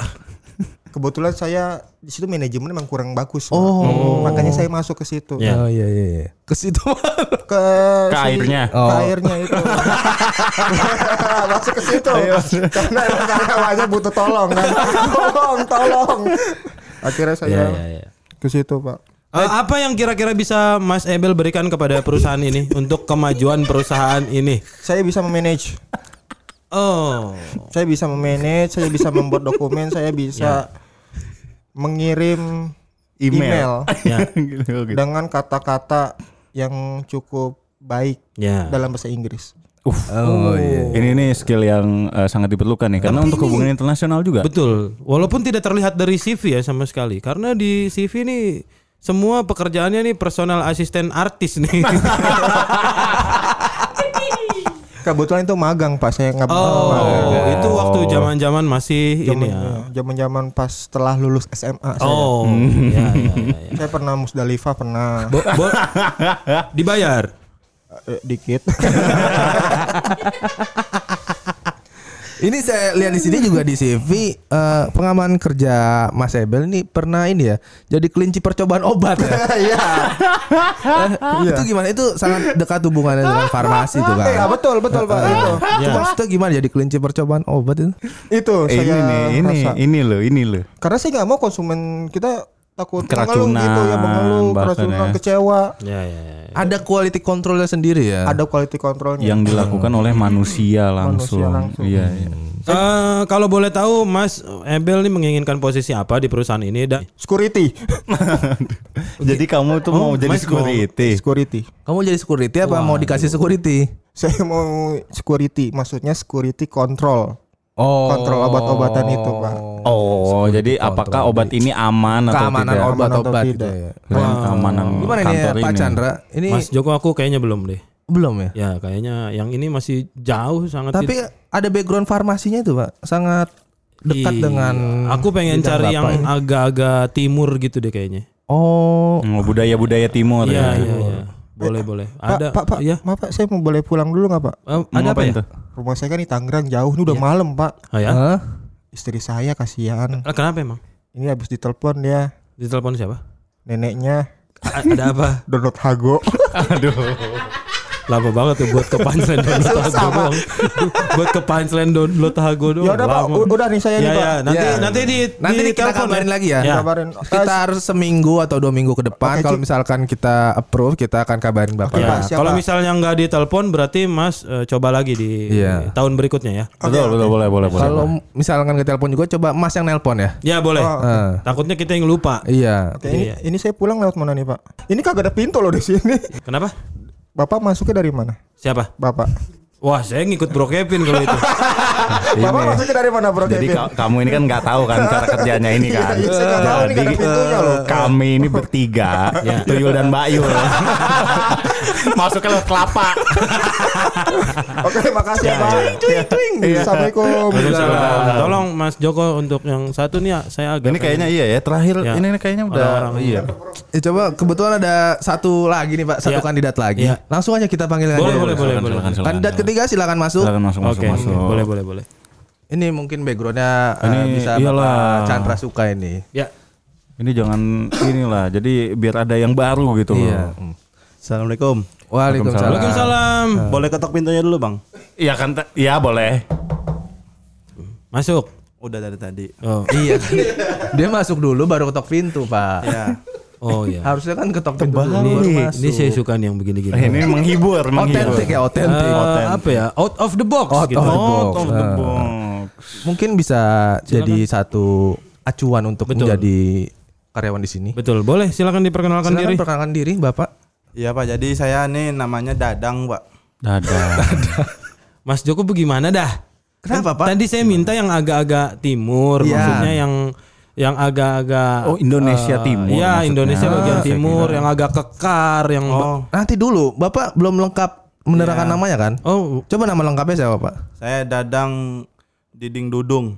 S6: kebetulan saya di situ manajemen memang kurang bagus oh makanya saya masuk ke situ
S1: Ya.
S4: Oh iya iya iya. Ke situ. Oh.
S6: ke
S2: Ke airnya.
S6: ke airnya itu masuk ke situ karena emang karyawannya butuh tolong kan tolong tolong
S4: Iya,
S6: akhirnya saya
S1: Ya, ya, ya.
S6: ke situ pak
S1: Eh, apa yang kira-kira bisa Mas Ebel berikan kepada perusahaan ini untuk kemajuan perusahaan ini?
S6: saya bisa memanage
S1: Oh,
S6: saya bisa memanage saya bisa membuat dokumen saya bisa mengirim
S2: Ya. Email.
S6: email,
S1: ya,
S2: Gitu, gitu.
S6: dengan kata-kata yang cukup baik
S1: ya.
S6: dalam bahasa Inggris
S4: Oh iya.
S2: uh, Ini nih skill yang eh, sangat diperlukan nih karena untuk hubungan internasional juga.
S1: Betul. Walaupun tidak terlihat dari CV ya sama sekali. Karena di CV ini semua pekerjaannya nih personal asisten artis nih.
S6: kebetulan itu magang pak saya nggak
S1: oh, itu waktu zaman-zaman masih ini ya.
S6: Zaman-zaman pas setelah lulus SMA saya.
S1: Oh, ya, ya, ya, ya.
S6: Saya pernah Musdalifah pernah
S1: Bo- bo- dibayar.
S6: eh, dikit.
S4: Ini saya lihat di sini juga di CV eh, pengalaman kerja Mas Ebel ini pernah ini ya. Jadi kelinci percobaan obat ya.
S6: Iya.
S4: Eh, Itu gimana? Itu sangat dekat hubungannya dengan farmasi itu
S6: Iya
S4: kan.
S6: betul betul Pak itu.
S4: Cuma maksudnya gimana jadi kelinci percobaan obat itu?
S6: Itu
S2: Eh, ini
S6: saya
S2: nih, ini
S6: rasa.
S2: ini loh, ini loh.
S6: Karena saya nggak mau konsumen kita takut
S2: Keracunan,
S6: mengeluh gitu ya mengeluh
S2: bahkan
S6: keracunan
S2: ya.
S6: kecewa.
S1: Ya, ya, ya.
S4: Ada quality controlnya sendiri ya.
S6: Ada quality controlnya.
S2: Yang dilakukan oleh manusia langsung.
S6: Iya. langsung.
S2: Iya, iya.
S1: Eh, kalau boleh tahu Mas Ebel nih menginginkan posisi apa di perusahaan ini dan
S6: Security.
S2: jadi kamu tuh mau jadi security.
S6: security. Iya.
S4: Kamu jadi security apa mau dikasih security?
S6: Saya mau security, maksudnya security control.
S7: Oh.
S6: Kontrol obat-obatan itu, Pak.
S2: Oh, jadi apakah obat ini aman atau tidak?
S4: Keamanan
S6: Aman atau
S4: obat-obat gitu
S6: tidak.
S4: ya.
S2: Dengan keamanan
S4: Gimana ini ya,
S2: kantor
S4: Pak Chandra? Ini
S1: Mas Joko aku kayaknya belum deh.
S4: belum ya?
S1: Ya kayaknya yang ini masih jauh sangat.
S4: Tapi ada background farmasinya itu, Pak. Sangat
S1: Iya.
S4: dekat dengan
S1: aku pengen
S4: bidang
S1: cari
S4: Bapak
S1: yang
S4: ini.
S1: agak-agak timur gitu deh kayaknya.
S4: Oh,
S2: Hmm, budaya-budaya timur
S1: Iya
S2: ya.
S1: iya iya. Boleh boleh.
S6: Pak,
S1: Ada
S6: Pak, Pak,
S1: ya.
S6: maaf Pak, saya mau boleh pulang dulu nggak Pak?
S1: Eh,
S2: Mau
S1: ada apa
S2: ngapain
S1: ya?
S2: tuh?
S6: Rumah saya kan di Tangerang jauh, ini udah malam Pak.
S1: Ah, ya?
S4: Hah?
S6: Istri saya kasihan.
S1: Eh, Kenapa emang?
S6: Ini habis ditelepon dia,
S1: Ditelepon siapa?
S6: neneknya
S1: A- ada apa?
S6: download Hago.
S1: Lama banget tuh buat ke punchline download Hago doang. buat ke punchline download Hago doang.
S6: ya udah Pak,
S1: Lama.
S6: u- udah nih saya
S1: Ya,
S6: nih Pak.
S1: ya, nanti
S4: Ya.
S1: nanti di
S4: Nanti
S1: di
S4: kita
S1: telepon
S4: kabarin
S1: ya.
S4: lagi ya.
S1: Ya.
S6: Kabarin.
S4: Sekitar seminggu atau dua minggu ke depan
S6: Oke,
S4: kalau
S6: Cik.
S4: misalkan kita approve kita akan kabarin Bapak.
S1: Ya,
S6: Pak, siapa?
S1: kalau misalnya nggak ditelepon berarti Mas eh, coba lagi di
S7: Iya.
S1: tahun berikutnya ya.
S2: Betul, betul, boleh, boleh, boleh.
S4: Kalau misalkan ke telepon juga coba Mas yang nelpon ya.
S1: Ya boleh.
S6: Oh,
S7: Ah,
S1: Takutnya kita yang lupa.
S7: iya.
S6: Oke, ini,
S1: Iya.
S6: ini saya pulang lewat mana nih Pak? Ini kagak ada pintu loh di sini.
S1: Kenapa?
S6: Bapak masuknya dari mana?
S1: Siapa?
S6: Bapak.
S1: Wah, saya ngikut Bro Kevin kalau itu.
S6: Bapak masuknya dari mana Bro
S2: Jadi
S6: Kevin?
S2: ka- kamu ini kan nggak tahu kan cara kerjanya ini kan.
S6: Iya, iya, saya nggak tahu nih
S2: Jadi,
S6: karena pintunya loh.
S2: Kami ini bertiga,
S1: Ya.
S2: Tuyul dan Bayu. Masuknya lewat kelapa.
S6: Oke, makasih ya, Pak. Iya. Assalamualaikum.
S1: Waalaikumsalam. Tolong Mas Joko untuk yang satu nih ya, saya agak
S2: Ini kayaknya iya ya, terakhir
S1: Ya.
S2: ini ini kayaknya udah
S1: Orang-orang.
S2: iya.
S4: Eh, coba kebetulan ada satu lagi nih Pak,
S1: Iya.
S4: satu kandidat lagi.
S1: Iya.
S4: Langsung aja kita panggil
S1: Boleh,
S4: kandidat.
S1: boleh, boleh,
S2: Silakan,
S1: boleh.
S2: silakan, silakan.
S4: Kandidat ketiga silakan masuk.
S2: Silakan masuk, masuk,
S1: Oke, iya,
S2: masuk.
S1: boleh, boleh, boleh.
S4: Ini mungkin backgroundnya eh,
S2: Ini
S4: bisa
S2: iyalah.
S4: Bapak Chandra suka ini.
S1: Ya.
S2: Ini jangan inilah. Jadi biar ada yang baru gitu loh. Iya.
S8: Assalamualaikum.
S4: Waalaikumsalam.
S1: Waalaikumsalam.
S8: Boleh ketok pintunya dulu bang?
S2: Iya kan? te- Iya boleh.
S1: Masuk.
S8: Udah dari tadi.
S1: Oh,
S4: Iya. Dia masuk dulu baru ketok pintu,
S1: Iya.
S4: Pak.
S8: Ya.
S1: oh ya.
S4: Harusnya kan ketok pintu dulu baru
S1: Ini,
S4: masuk.
S1: ini saya suka nih yang begini-gini.
S2: Eh, Ini menghibur, menghibur.
S4: Otentik ya, otentik.
S1: Eh, apa ya? Out of the box
S4: Out
S1: gitu.
S4: of the
S2: Out
S4: box.
S2: of the
S4: Ah.
S2: box.
S4: Mungkin bisa jadi satu acuan untuk
S1: Betul.
S4: menjadi karyawan di sini.
S1: Oh, Betul. Boleh, silakan diperkenalkan
S4: Silakan
S1: diri.
S4: perkenalkan diri, Bapak.
S8: Iya pak. Jadi saya nih namanya Dadang pak.
S2: Nah. Dadah.
S1: Mas Joko bagaimana dah?
S4: Kenapa, Pak?
S1: Tadi saya minta yang agak-agak timur,
S4: Iya.
S1: maksudnya yang yang agak-agak
S2: Oh, Indonesia
S1: eh,
S2: Timur
S1: Iya,
S2: maksudnya.
S1: Indonesia bagian timur yang agak kekar, yang
S8: Oh,
S4: Nanti dulu, Bapak belum lengkap menerangkan namanya kan?
S1: Oh,
S4: Coba nama lengkapnya siapa, Pak?
S8: saya Dadang Diding Dudung.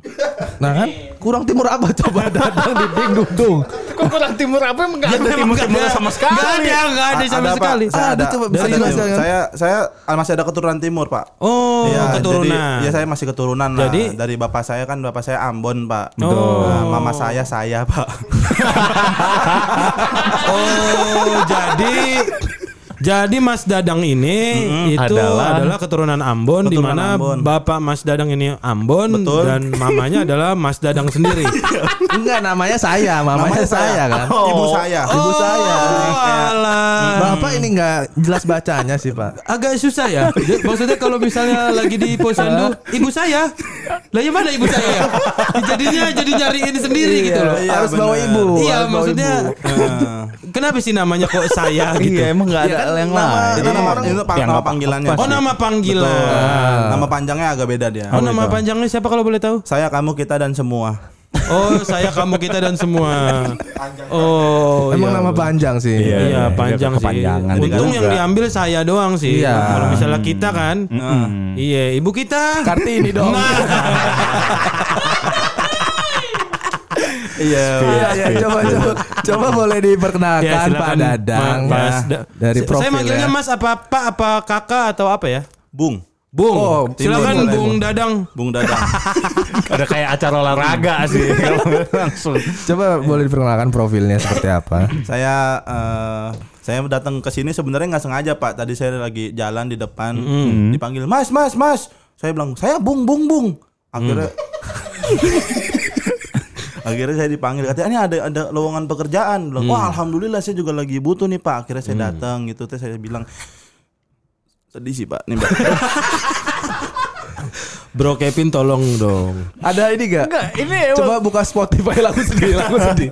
S4: Nah kan, kurang timur apa coba dadang di ding dudung.
S2: Ada timur-timur sama sekali.
S1: ada, enggak ada
S8: A-
S1: sama
S8: ada, Pak.
S1: sekali.
S8: Saya
S4: Ah,
S8: ada.
S4: coba bisa
S8: ada
S4: dijelaskan.
S8: Timur. Saya saya masih ada keturunan timur pak.
S1: Oh,
S8: Iya,
S1: keturunan.
S8: Jadi, ya saya masih keturunan
S1: Jadi-
S8: lah. Dari bapak saya kan bapak saya Ambon pak.
S1: Oh.
S8: Nah, mama saya saya pak.
S1: Oh, jadi jadi Mas Dadang ini itu adalah,
S2: adalah-
S1: keturunan Ambon di
S8: Keturunan
S1: mana
S8: Ambon.
S1: bapak Mas Dadang ini Ambon
S8: Betul.
S1: dan mamanya adalah Mas Dadang sendiri.
S4: Enggak, namanya saya, mamanya
S8: Namanya Oh.
S4: saya kan.
S8: Ibu saya.
S4: Ibu saya.
S1: Oh, alah.
S4: Bapak ini enggak jelas bacanya sih, Pak.
S1: agak susah ya. Jadi, Maksudnya kalau misalnya lagi di posyandu, ibu saya, lah ya mana ibu saya? ya? Jadinya jadi nyariin sendiri gitu loh.
S8: Iya,
S4: harus bawa
S8: bener.
S4: ibu.
S1: Iya
S4: harus bawa
S1: maksudnya
S4: ibu.
S8: Nah,
S1: kenapa sih namanya kok saya gitu?
S2: Iya, emang enggak ada
S4: kan
S2: yang
S4: Nah,
S2: lain.
S8: itu nama
S2: Iya.
S8: itu pang-
S2: Yang
S8: nama
S2: apa-
S8: panggilannya.
S1: Oh nama panggilan. Ah.
S8: Betul. Ah, Nama panjangnya agak beda dia.
S1: Oh nama panjangnya siapa kalau boleh tahu?
S8: Saya kamu kita dan semua.
S1: Oh saya kamu kita dan semua. Oh
S4: Emang
S1: iya,
S4: nama
S1: boleh.
S4: panjang sih.
S1: Iya,
S2: Iya,
S1: panjang
S2: iya,
S1: sih.
S2: kepanjangan.
S1: Untung
S2: Juga.
S1: yang diambil saya doang sih.
S4: Iya.
S1: Kalau misalnya kita kan, iya ibu kita. Nah.
S4: Kartini dong.
S8: Iya.
S4: Iya, iya, coba coba coba boleh diperkenalkan
S1: Ya,
S4: Kan Pak
S1: silakan,
S4: Dadang.
S1: Ma- Mas
S4: ya.
S1: Da-
S4: dari
S1: Sa-
S4: profil.
S1: Saya manggilnya
S4: ya.
S1: Mas apa Pak apa Kakak atau apa ya?
S8: Bung,
S1: Bung.
S4: Oh,
S1: silakan
S8: boleh,
S1: Bung Dadang.
S8: Bung Dadang.
S2: Ada kayak acara olahraga sih langsung.
S4: Coba boleh diperkenalkan profilnya seperti apa?
S8: saya eh, saya datang ke sini sebenarnya nggak sengaja Pak. Tadi saya lagi jalan di depan dipanggil Mas, Mas, Mas. Saya bilang saya Bung, Bung, Bung. Akhirnya
S2: Mm.
S8: akhirnya saya dipanggil katanya ini ada ada lowongan
S2: Mm.
S8: pekerjaan. Bilang, Wah alhamdulillah saya juga lagi butuh nih Pak. Akhirnya saya datang gitu. Terus saya bilang sedih sih Pak. Nih, Pak.
S1: Bro Kevin tolong dong.
S4: Ada ini gak? Enggak, ini Coba buka Spotify lagu sedih, lagu sedih.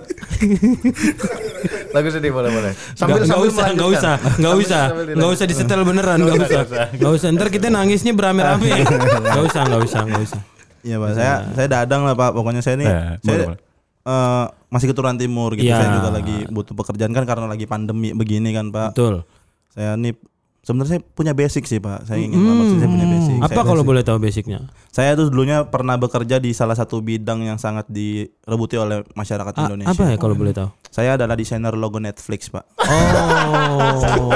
S7: Lagu sedih boleh boleh.
S1: Sambil nggak usah, nggak usah, nggak usah, nggak usah disetel beneran, nggak usah, nggak usah. Ntar kita nangisnya berame-rame. Nggak usah, nggak usah, nggak usah.
S8: Iya pak, saya saya dadang lah pak. Pokoknya saya nih,
S2: Eh,
S8: saya
S2: boleh, boleh.
S8: eh, masih keturunan timur gitu.
S1: Iya.
S8: Saya juga lagi butuh pekerjaan kan karena lagi pandemi begini kan pak.
S1: Betul.
S8: Saya nih sebenarnya saya punya basic sih pak. Saya ingin banget sih saya punya basic.
S1: Hmm. Apa
S8: saya,
S1: kalau boleh tahu basicnya?
S8: saya tuh dulunya pernah bekerja di salah satu bidang yang sangat direbuti oleh masyarakat
S1: A-
S8: Indonesia.
S1: apa ya kalau boleh tahu?
S8: Saya adalah desainer logo Netflix pak.
S1: Oh,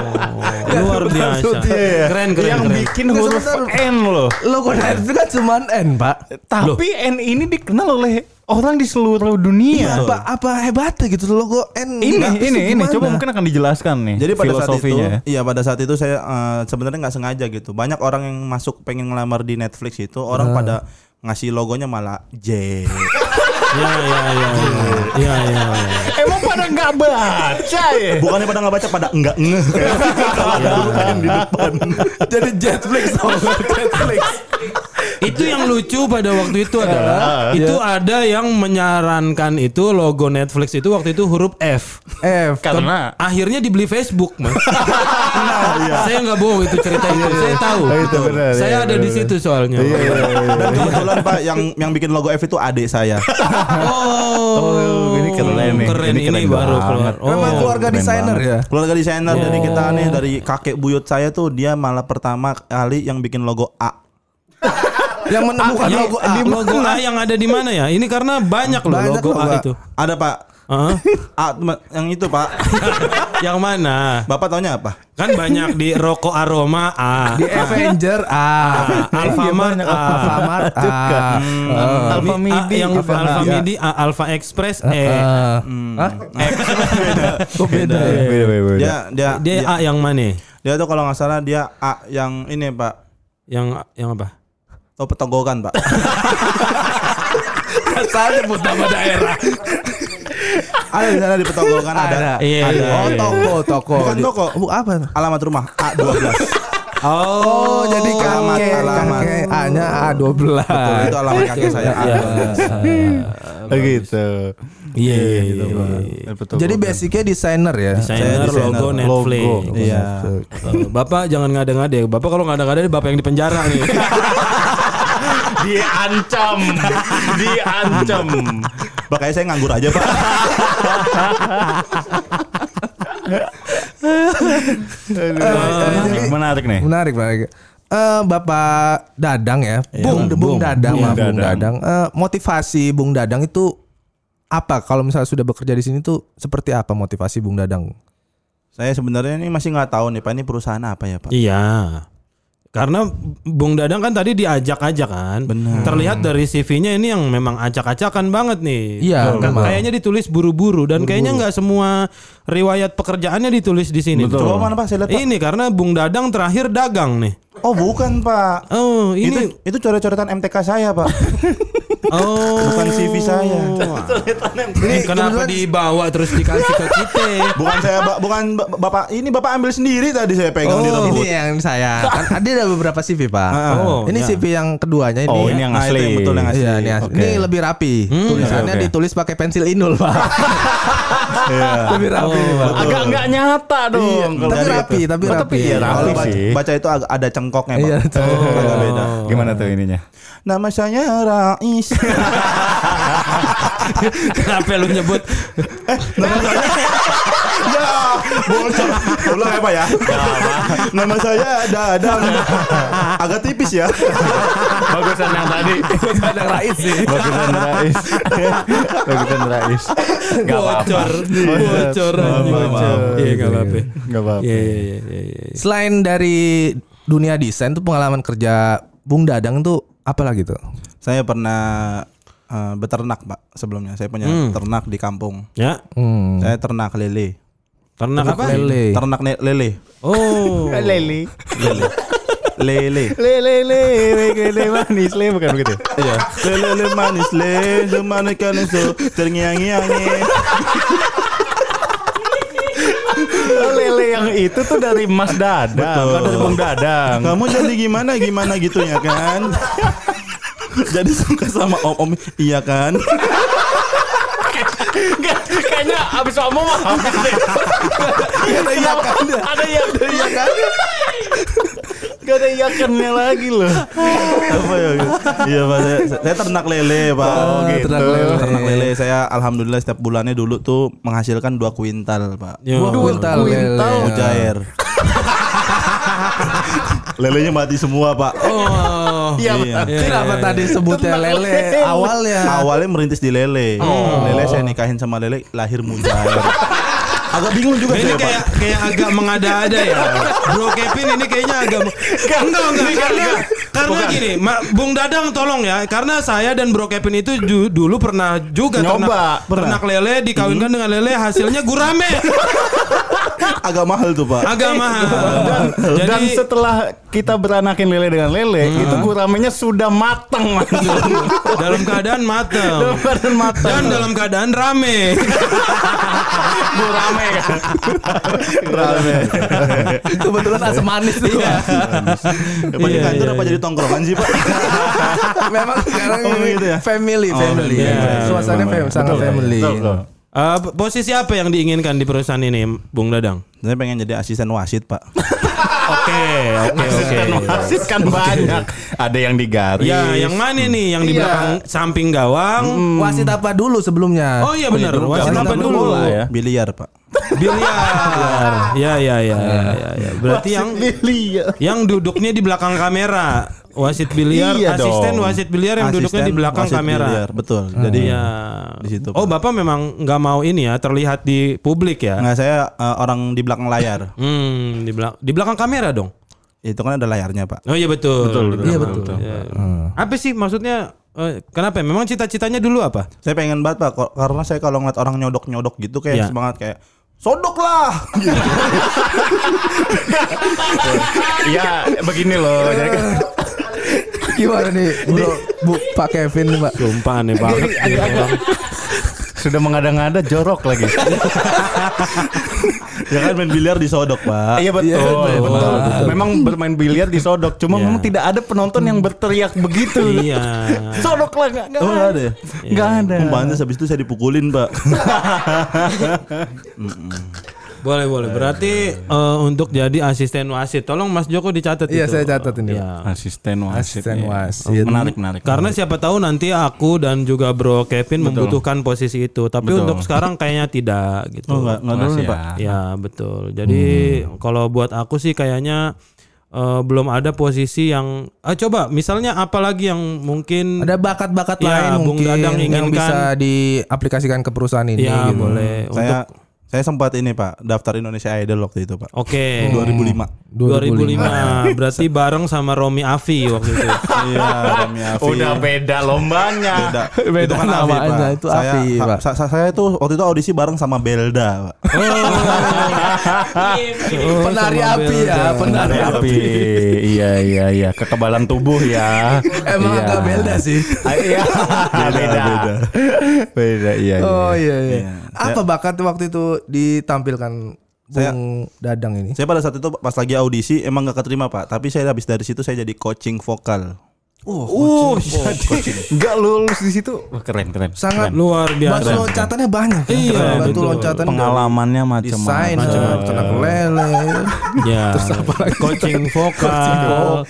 S1: luar biasa. Keren, keren,
S2: ya. yang
S1: keren.
S2: bikin huruf N loh.
S4: Logo Netflix kan cuman N, Pak.
S2: Tapi N ini dikenal oleh orang di seluruh
S1: Iya.
S2: dunia.
S4: Apa apa hebatnya gitu logo N.
S2: Ini,
S4: Netflix
S2: ini,
S4: tuh
S2: ini.
S4: gimana?
S2: Coba mungkin akan dijelaskan nih.
S8: Jadi pada saat itu,
S1: ya?
S2: filosofinya.
S8: iya pada saat itu saya eh, sebenarnya nggak sengaja gitu. Banyak orang yang masuk pengen ngelamar di Netflix itu
S1: Ah.
S8: orang pada ngasih logonya malah J.
S1: Ya, ya, ya, ya, ya, ya.
S2: Emang pada nggak baca ya?
S8: Bukannya pada nggak baca pada enggak ngeh.
S1: Iya,
S4: jadi Netflix dong. Netflix.
S1: Itu yang lucu pada waktu itu
S2: Iya.
S1: adalah itu ada yang menyarankan itu logo Netflix itu waktu itu huruf F.
S4: F.
S2: Karena
S1: Akhirnya dibeli Facebook, Mas. Saya nggak bohong itu cerita itu. Saya tahu.
S2: Nah, iya. Itu benar,
S1: Saya
S2: iya,
S1: ada di situ soalnya.
S8: Dan kebetulan Pak yang yang bikin logo F itu adik saya.
S1: Oh,
S2: ini keren nih.
S1: Keren
S2: Ini
S1: ini,
S2: keren
S1: baru
S2: banget.
S1: keluar. Oh,
S4: Memang keluarga
S2: keren
S4: desainer
S2: banget.
S4: ya.
S8: Keluarga desainer dari kita nih dari kakek buyut saya tuh dia malah pertama kali yang bikin logo A.
S4: Yang menemukan
S1: yang-
S4: logo
S1: ah,
S4: A.
S1: logo A yang ada di mana ya? Ini karena banyak loh
S4: Banyak
S1: logo
S4: loh,
S1: A
S4: Pak.
S1: itu.
S8: Ada Pak.
S1: Heeh.
S8: A yang itu Pak.
S1: yang mana?
S8: Bapak taunya apa?
S1: Kan banyak di rokok aroma A.
S4: Di Avenger ah, A.
S1: A- Alfamart A.
S4: Alfamart A.
S2: Hmm. Ah, Alpha
S1: Mi- A-
S2: Midi.
S1: Ah, yang
S2: Apa?
S1: Alpha Midi, A, Alpha Express E.
S4: Iya. Eh,
S2: Iya,
S8: Beda.
S2: Beda, beda, beda.
S1: Ya,
S8: Dia dia
S1: Dia
S8: dia,
S1: A yang mana?
S8: dia tuh kalau nggak salah dia A yang ini Pak.
S1: Yang yang apa?
S8: Tau petogokan Pak.
S4: Asal nyebut
S1: Iya,
S4: nama daerah.
S8: ada di sana di petogokan ada.
S1: Iya,
S8: ada.
S1: iya,
S8: Oh,
S1: iya.
S8: toko.
S4: Toko, toko.
S8: Bukan toko.
S4: Bu apa?
S8: Alamat rumah A12.
S1: Oh,
S4: Oh, jadi
S8: alamat,
S4: kakek,
S8: alamat.
S4: kakek A-nya A12.
S1: Ah.
S8: Betul, Oh, itu alamat kakek saya A12.
S2: Oh, gitu.
S1: iya, iya, iya.
S4: Jadi basicnya desainer ya.
S1: Desainer,
S8: Saya
S1: logo
S8: desainer.
S1: Netflix.
S8: Iya.
S1: Eh, Bapak jangan ngada-ngada ya. Bapak kalau ngada-ngada bapak yang di penjara nih.
S2: Diancam. Diancam.
S8: Makanya saya nganggur aja, Pak.
S2: Menarik, Nah, Menarik nih.
S4: Menarik, menarik. Eh Bapak Dadang ya, Bung, Bung, Dadang,
S2: Bung
S4: Bung Dadang.
S2: Dadang.
S4: Eh, motivasi Bung Dadang itu apa? Kalau misalnya sudah bekerja di sini tuh seperti apa motivasi Bung Dadang?
S8: Saya sebenarnya ini masih nggak tahu nih, Pak. Ini perusahaan apa ya, Pak?
S1: Iya. Karena Bung Dadang kan tadi diajak-ajak kan.
S8: Benar.
S1: Terlihat dari CV-nya ini yang memang acak-acakan banget nih.
S4: Iya,
S1: Nggak-
S4: memang.
S1: Kayaknya ditulis buru-buru dan kayaknya nggak semua riwayat pekerjaannya ditulis di sini.
S2: Betul.
S8: Coba mana, Pak? Saya lihat, Pak.
S1: Ini karena Bung Dadang terakhir dagang nih.
S8: Oh, bukan, Pak.
S1: Oh, ini
S8: Itu itu coret-coretan MTK saya, Pak.
S1: oh.
S8: Bukan CV saya.
S1: Ini kenapa dibawa terus dikasih ke kita?
S8: Bukan saya, Pak. Bukan ba- Bapak. Ini Bapak ambil sendiri tadi saya pegang di
S4: Oh, ini
S8: rambut.
S4: yang saya. Kan ada ada beberapa CV, Pak.
S1: Oh,
S4: ini
S1: iya.
S4: CV yang keduanya ini.
S2: Oh, ini yang
S8: Nah, itu
S2: asli. Oh.
S8: yang betul yang asli.
S4: Iya, ini, asli.
S2: Oke.
S4: Ini lebih rapi. Tulisannya
S2: Oke, oke.
S4: ditulis pakai pensil inul, Pak. Lebih
S1: oh.
S4: rapi, nih, Pak.
S2: Agak nggak nyata dong. kalau
S4: Tapi
S2: dari
S4: rapi,
S2: itu.
S4: tapi
S2: Oh,
S4: rapi.
S2: iya,
S8: Kalau
S2: rapi
S8: baca,
S2: sih.
S8: baca itu agak ada cengkoknya, Pak.
S4: Iya, tuh.
S8: Agak beda.
S2: Gimana tuh ininya?
S8: Nama saya Rais.
S1: Kenapa lu nyebut
S8: ya, bocor. Ulang apa ya? Nama saya Dadang. Agak tipis ya.
S2: Bagusan yang tadi.
S4: Ada rais sih.
S2: Bagusan Rais. Bagusan Rais. Gak apa-apa.
S1: bocor? Bocor. anjing, bocor. Iya, nggak apa-apa.
S2: Gak apa-apa.
S1: Iya, iya, iya, iya, iya.
S4: Selain dari dunia desain tuh pengalaman kerja Bung Dadang tuh apa lagi tuh?
S8: Saya pernah eh, beternak, Pak, sebelumnya. Saya punya ternak di kampung.
S1: Ya,
S4: Hmm,
S8: Saya ternak lele.
S1: ternak apa?
S4: Lele.
S8: Ternak ne- lele.
S1: Oh.
S2: Eh, Lele.
S8: Lele. lele.
S2: Lele, lele, lele manis. Lele bukan begitu.
S8: Iya. Lele lele manis, lele manis kan so terngiang-ngiang.
S2: Lele yang itu tuh dari Mas Dadang. Bukan dari Bang Dadang.
S8: Kamu jadi gimana gimana gitunya gitu, ya kan? Jadi suka sama om-om Iya kan
S5: Kayaknya abis omong
S8: Ada iya kan
S5: ada yang
S8: Iya kan Gak ada iya kannya lagi loh Apa ya Iya pak saya, saya ternak lele pak
S2: gitu.
S7: ternak lele.
S8: Ternak lele Saya alhamdulillah setiap bulannya dulu tuh Menghasilkan 2 kuintal pak
S1: ya.
S7: Kuintal lele.
S4: Iya.
S8: Mujair Lelenya mati semua pak
S1: Oh.
S8: Iya,
S4: Kenapa tadi sebutnya lele awalnya?
S8: Awalnya merintis di lele. Lele saya nikahin sama lele lahir mujair. Agak bingung juga
S1: Ini
S8: saya, Pak.
S1: kayak kayak agak mengada-ada ya. Bro Kevin ini kayaknya agak enggak
S2: Kan-
S1: enggak enggak karena karena gini, Ma- Bung Dadang tolong ya, karena saya dan Bro Kevin itu ju- dulu pernah juga
S2: Nyoba,
S1: ternak,
S2: pernah. Hmm.
S1: ternak lele dikawinkan dengan lele hasilnya gurame.
S8: Agak mahal tuh, Pak.
S1: Agak mahal.
S2: Dan,
S1: Jadi
S2: dan setelah kita beranakin lele dengan lele, itu guramenya sudah mateng. Mas.
S1: dalam keadaan matang.
S2: Dalam keadaan mateng.
S1: Dan dalam keadaan rame.
S2: gurame kan.
S4: Kebetulan asam manis tuh.
S8: Depan di
S1: Iya,
S8: kantor
S1: iya,
S8: apa
S1: iya.
S8: jadi tongkrongan sih, Pak?
S4: Memang sekarang
S8: Oh,
S4: ini
S8: gitu ya?
S4: family, family.
S1: iya, iya,
S4: Suasana
S2: Memang,
S4: fam- sangat
S2: betul,
S4: family.
S2: betul, betul.
S1: Eh, posisi apa yang diinginkan di perusahaan ini, Bung Dadang?
S8: Saya pengen jadi asisten wasit, Pak.
S1: Oke, oke,
S2: Asisten wasit kan banyak. Ada yang digaris.
S1: Ya, yang mana nih? Yang di
S4: Iya.
S1: belakang samping gawang.
S4: Wasit apa dulu sebelumnya?
S1: Oh iya benar. Wasit
S8: Jangan
S1: apa
S8: lupa
S1: dulu? Iya.
S8: bola ya? Biliar, Pak.
S1: Biliar. Ya ya ya ya ya. ya. Berarti yang
S6: Lilia.
S1: yang duduknya di belakang kamera. Wasit biliar,
S2: Iya
S1: asisten
S2: dong.
S1: wasit biliar yang duduknya di
S8: Asisten
S1: belakang
S8: wasit
S1: kamera.
S8: biliar, Betul. Jadi
S1: Iya.
S8: Di situ,
S1: Oh, Bapak memang nggak mau ini ya terlihat di publik ya?
S8: Nggak saya eh, orang di belakang layar.
S1: Hmm, di belakang di belakang kamera dong.
S8: Itu kan ada layarnya, Pak.
S1: Oh iya betul.
S2: Betul, betul,
S1: Iya
S2: betul.
S1: Iya. Apa sih maksudnya eh, kenapa? Memang cita-citanya dulu apa?
S8: Saya pengen banget, Pak, ko- karena saya kalau ngeliat orang nyodok-nyodok gitu
S1: Iya.
S8: kayak semangat kayak sodok lah.
S2: Ya, begini loh. Jadi kan
S4: Gimana nih, Bro? Bu, Pak Kevin, Pak.
S1: Sumpah aneh banget.
S2: Iya, sudah mengada-ngada jorok lagi.
S8: ya kan main biliar disodok, Pak.
S2: Iya betul, betul, Memang bermain biliar disodok, cuma
S1: Iya.
S2: memang tidak ada penonton yang berteriak begitu.
S1: iya.
S2: Sodok lah nggak nggak
S8: Oh, nggak ada ya?
S2: Nggak Iya. ada. Iya.
S8: Pembantu habis itu saya dipukulin, Pak.
S1: Boleh boleh. Berarti eh, untuk jadi asisten wasit, tolong Mas Joko dicatat
S4: Iya,
S1: itu.
S4: saya catat ini,
S1: Iya.
S2: Asisten wasit.
S7: Asisten
S2: iya.
S7: wasit.
S2: Menarik, menarik.
S1: Karena siapa tahu nanti aku dan juga Bro Kevin membutuhkan posisi itu, tapi untuk sekarang kayaknya tidak gitu.
S8: Oh, enggak enggak dulu nih, Pak.
S1: Ya betul. Jadi kalau buat aku sih kayaknya eh, belum ada posisi yang ah coba misalnya apalagi yang mungkin
S4: Ada bakat-bakat
S1: Ya,
S4: lain
S1: Bung
S4: mungkin
S1: Dadang inginkan.
S4: yang bisa diaplikasikan ke perusahaan ini
S1: ya
S4: gitu.
S1: boleh untuk
S8: Saya saya sempat ini, Pak, daftar Indonesia Idol waktu itu, Pak.
S1: oke
S8: 2005.
S1: 2005. Berarti bareng sama Romi Afi waktu itu.
S8: Iya, Rami Afif.
S2: Udah beda lombanya.
S8: Beda.
S7: Beda
S8: itu kan
S7: namanya,
S8: Afif, Pak. Oh.
S7: itu
S8: saya,
S7: Afif,
S8: sa-
S7: Pak.
S8: sa- sa- saya itu waktu itu audisi bareng sama Belda, Pak.
S4: Penari
S1: Oh, sama
S4: api
S1: Belda.
S4: ya, penari
S2: Ada
S4: api.
S2: api. iya iya iya kekebalan tubuh ya.
S4: Emang
S2: Iya.
S4: agak beda sih.
S2: Ah, Iya. beda. Beda. Beda iya. iya.
S4: Oh iya iya.
S8: Iya.
S4: Apa bakat waktu itu ditampilkan
S8: Saya-
S4: Bung Dadang ini?
S8: Saya pada saat itu pas lagi audisi emang gak keterima, Pak. Tapi saya habis dari situ saya jadi coaching vokal.
S1: Oh,
S2: Uh, enggak lulus di situ. Wah, keren keren.
S4: Sangat
S2: Keren.
S1: Luar
S4: Batu
S1: biasa.
S4: loncatannya banyak. ya.
S1: Iya,
S4: batu
S1: betul.
S4: loncatan
S2: pengalamannya
S4: desain, eh,
S2: macam-macam. Iya.
S4: ternak lele.
S1: Ya. Coaching vokal,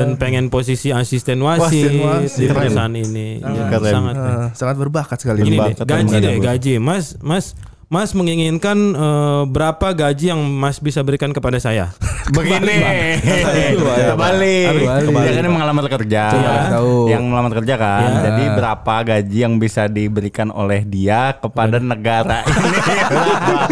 S1: dan pengen posisi asisten wasit,
S4: Wasit, wasit.
S1: di
S2: Keren.
S1: perusahaan ini. Ya,
S2: Keren.
S1: sangat.
S4: Eh, sangat berbakat sekali.
S1: Ini deh,
S2: Berbakat dan
S1: gaji deh,
S2: berbakat.
S1: gaji. Mas, Mas Mas menginginkan eh, berapa gaji yang Mas bisa berikan kepada saya?
S2: Begini, kebalik. Dia kan yang melamar kerja, Iya, yang melamar kerja kan. Jadi berapa gaji yang bisa diberikan oleh dia kepada negara ini?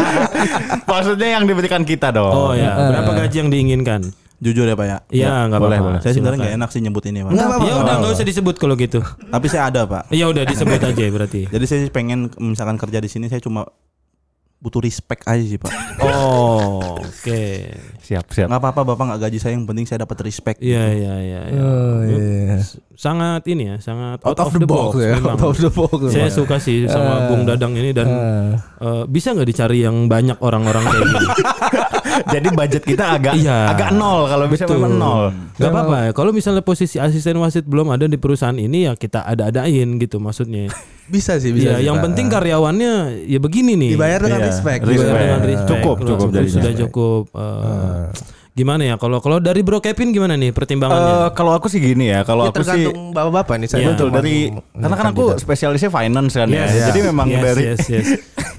S2: Maksudnya yang diberikan kita dong.
S1: Oh ya, berapa gaji yang diinginkan?
S8: Jujur ya, Pak ya.
S1: Iya, nggak
S2: boleh,
S1: apa-apa.
S2: boleh.
S8: Saya sebenarnya nggak enak sih nyebut ini, Pak.
S4: Enggak apa-apa.
S1: Ya udah nggak usah disebut kalau gitu.
S8: Tapi saya ada, Pak.
S1: Ya udah disebut aja berarti.
S8: Jadi saya pengen misalkan kerja di sini saya cuma butuh respect aja sih pak.
S1: Oh, oke.
S2: Siap, siap.
S8: Nggak apa-apa bapak nggak gaji saya yang penting saya dapat respect. gitu.
S1: Iya, iya, iya. iya.
S4: Oh, Eh.
S1: Sangat ini ya, sangat out, of, the box,
S7: ya,
S1: memang.
S7: out of the box.
S1: Saya
S4: Iya.
S1: suka sih sama Bung Dadang ini dan eh, bisa nggak dicari yang banyak orang-orang kayak gini?
S2: Jadi budget kita agak
S1: Iya.
S2: agak nol kalau bisa
S1: Betul.
S2: memang nol.
S1: Gak apa-apa ya. Kalau misalnya posisi asisten wasit belum ada di perusahaan ini ya kita ada-adain gitu maksudnya.
S4: Bisa sih,
S1: Iya,
S4: bisa. sih,
S1: yang
S4: Pak.
S1: penting karyawannya ya begini nih.
S4: dibayar dengan
S2: Iya.
S4: respect.
S2: Respect.
S1: Dibayar
S4: Dibayar
S1: dengan
S2: Eh,
S1: respect.
S2: cukup,
S1: Loh,
S2: cukup dari
S1: sudah
S2: respect.
S1: cukup. Eh, Gimana ya kalau kalau dari Bro Kevin gimana nih
S2: Eh,
S1: pertimbangannya?
S2: kalau aku sih gini ya, kalau
S4: Ini
S2: aku sih Iya,
S4: tergantung bapak-bapak nih saya.
S2: betul
S4: cuma
S2: dari
S4: mau-
S2: karena kan aku spesialisnya finance kan
S1: Iya.
S2: ya.
S1: Yes.
S2: Jadi memang
S1: Yes,
S2: dari
S1: yes, yes.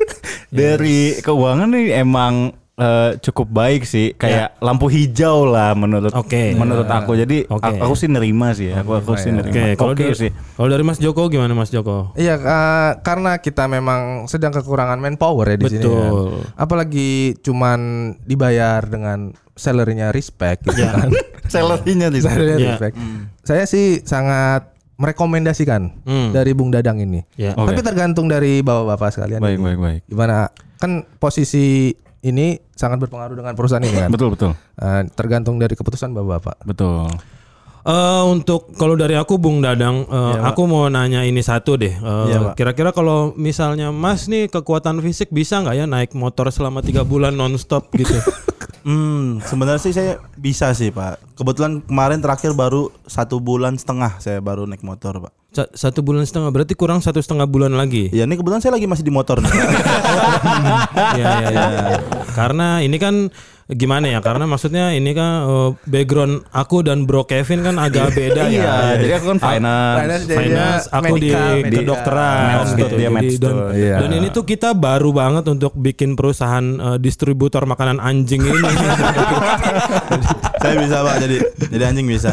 S2: dari keuangan nih emang eh, cukup baik sih kayak lampu hijau lah menurut
S1: Ya. Oke.
S2: menurut aku jadi
S1: Oke.
S2: aku, aku sih nerima sih ya. aku aku sih
S1: Oke,
S2: nerima
S1: kalau
S2: Oke
S1: dari
S2: sih
S1: kalau dari Mas Joko gimana Mas Joko?
S4: Iya, eh, karena kita memang sedang kekurangan manpower ya di sini. kan.
S1: Betul.
S4: Apalagi cuman dibayar dengan salary-nya respect gitu kan.
S2: salary-nya di sana.
S4: Salary-nya
S1: Iya.
S4: respect. Saya sih sangat merekomendasikan
S1: Hmm.
S4: dari Bung Dadang ini.
S1: Ya.
S2: Oke.
S4: Tapi tergantung dari bapak-bapak sekalian.
S2: baik
S4: ini.
S2: baik baik
S4: Gimana? Kan posisi ini sangat berpengaruh dengan perusahaan ini kan.
S2: betul betul
S4: Eh, tergantung dari keputusan bapak-bapak.
S2: betul
S1: Eh, untuk kalau dari aku Bung Dadang, eh,
S2: Iya,
S1: aku mau nanya ini satu deh. Eh, Kira-kira kalau misalnya Mas nih kekuatan fisik bisa nggak ya naik motor selama tiga bulan nonstop gitu?
S8: Hmm, sebenarnya sih saya bisa sih pak. Kebetulan kemarin terakhir baru satu bulan setengah saya baru naik motor pak.
S1: Sa- satu bulan setengah berarti kurang satu setengah bulan
S2: Iya.
S1: lagi.
S8: Ya ini kebetulan saya lagi masih di motor nih.
S1: Iya iya iya. Karena ini kan gimana ya? Karena maksudnya ini kan eh, background aku dan Bro Kevin kan agak beda ya.
S2: iya jadi aku kan finance
S1: finance aku di kedokteran
S2: Medstudent,
S1: gitu. Jadi,
S2: dia
S1: dan,
S2: medstudent.
S7: Iya.
S1: dan ini tuh kita baru banget untuk bikin perusahaan eh, distributor makanan anjing ini
S8: saya bisa pak jadi jadi anjing bisa.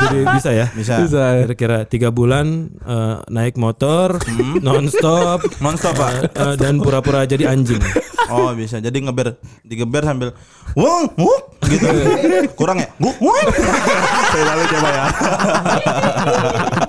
S1: jadi bisa ya
S8: Bisa.
S1: kira-kira tiga bulan eh, naik motor nonstop
S8: Nonstop pak.
S1: eh, dan pura-pura jadi anjing
S8: Oh bisa. Jadi ngeber digeber sambil wong wuk gitu. Kurang ya? Wuk wuk. Saya lalu coba ya.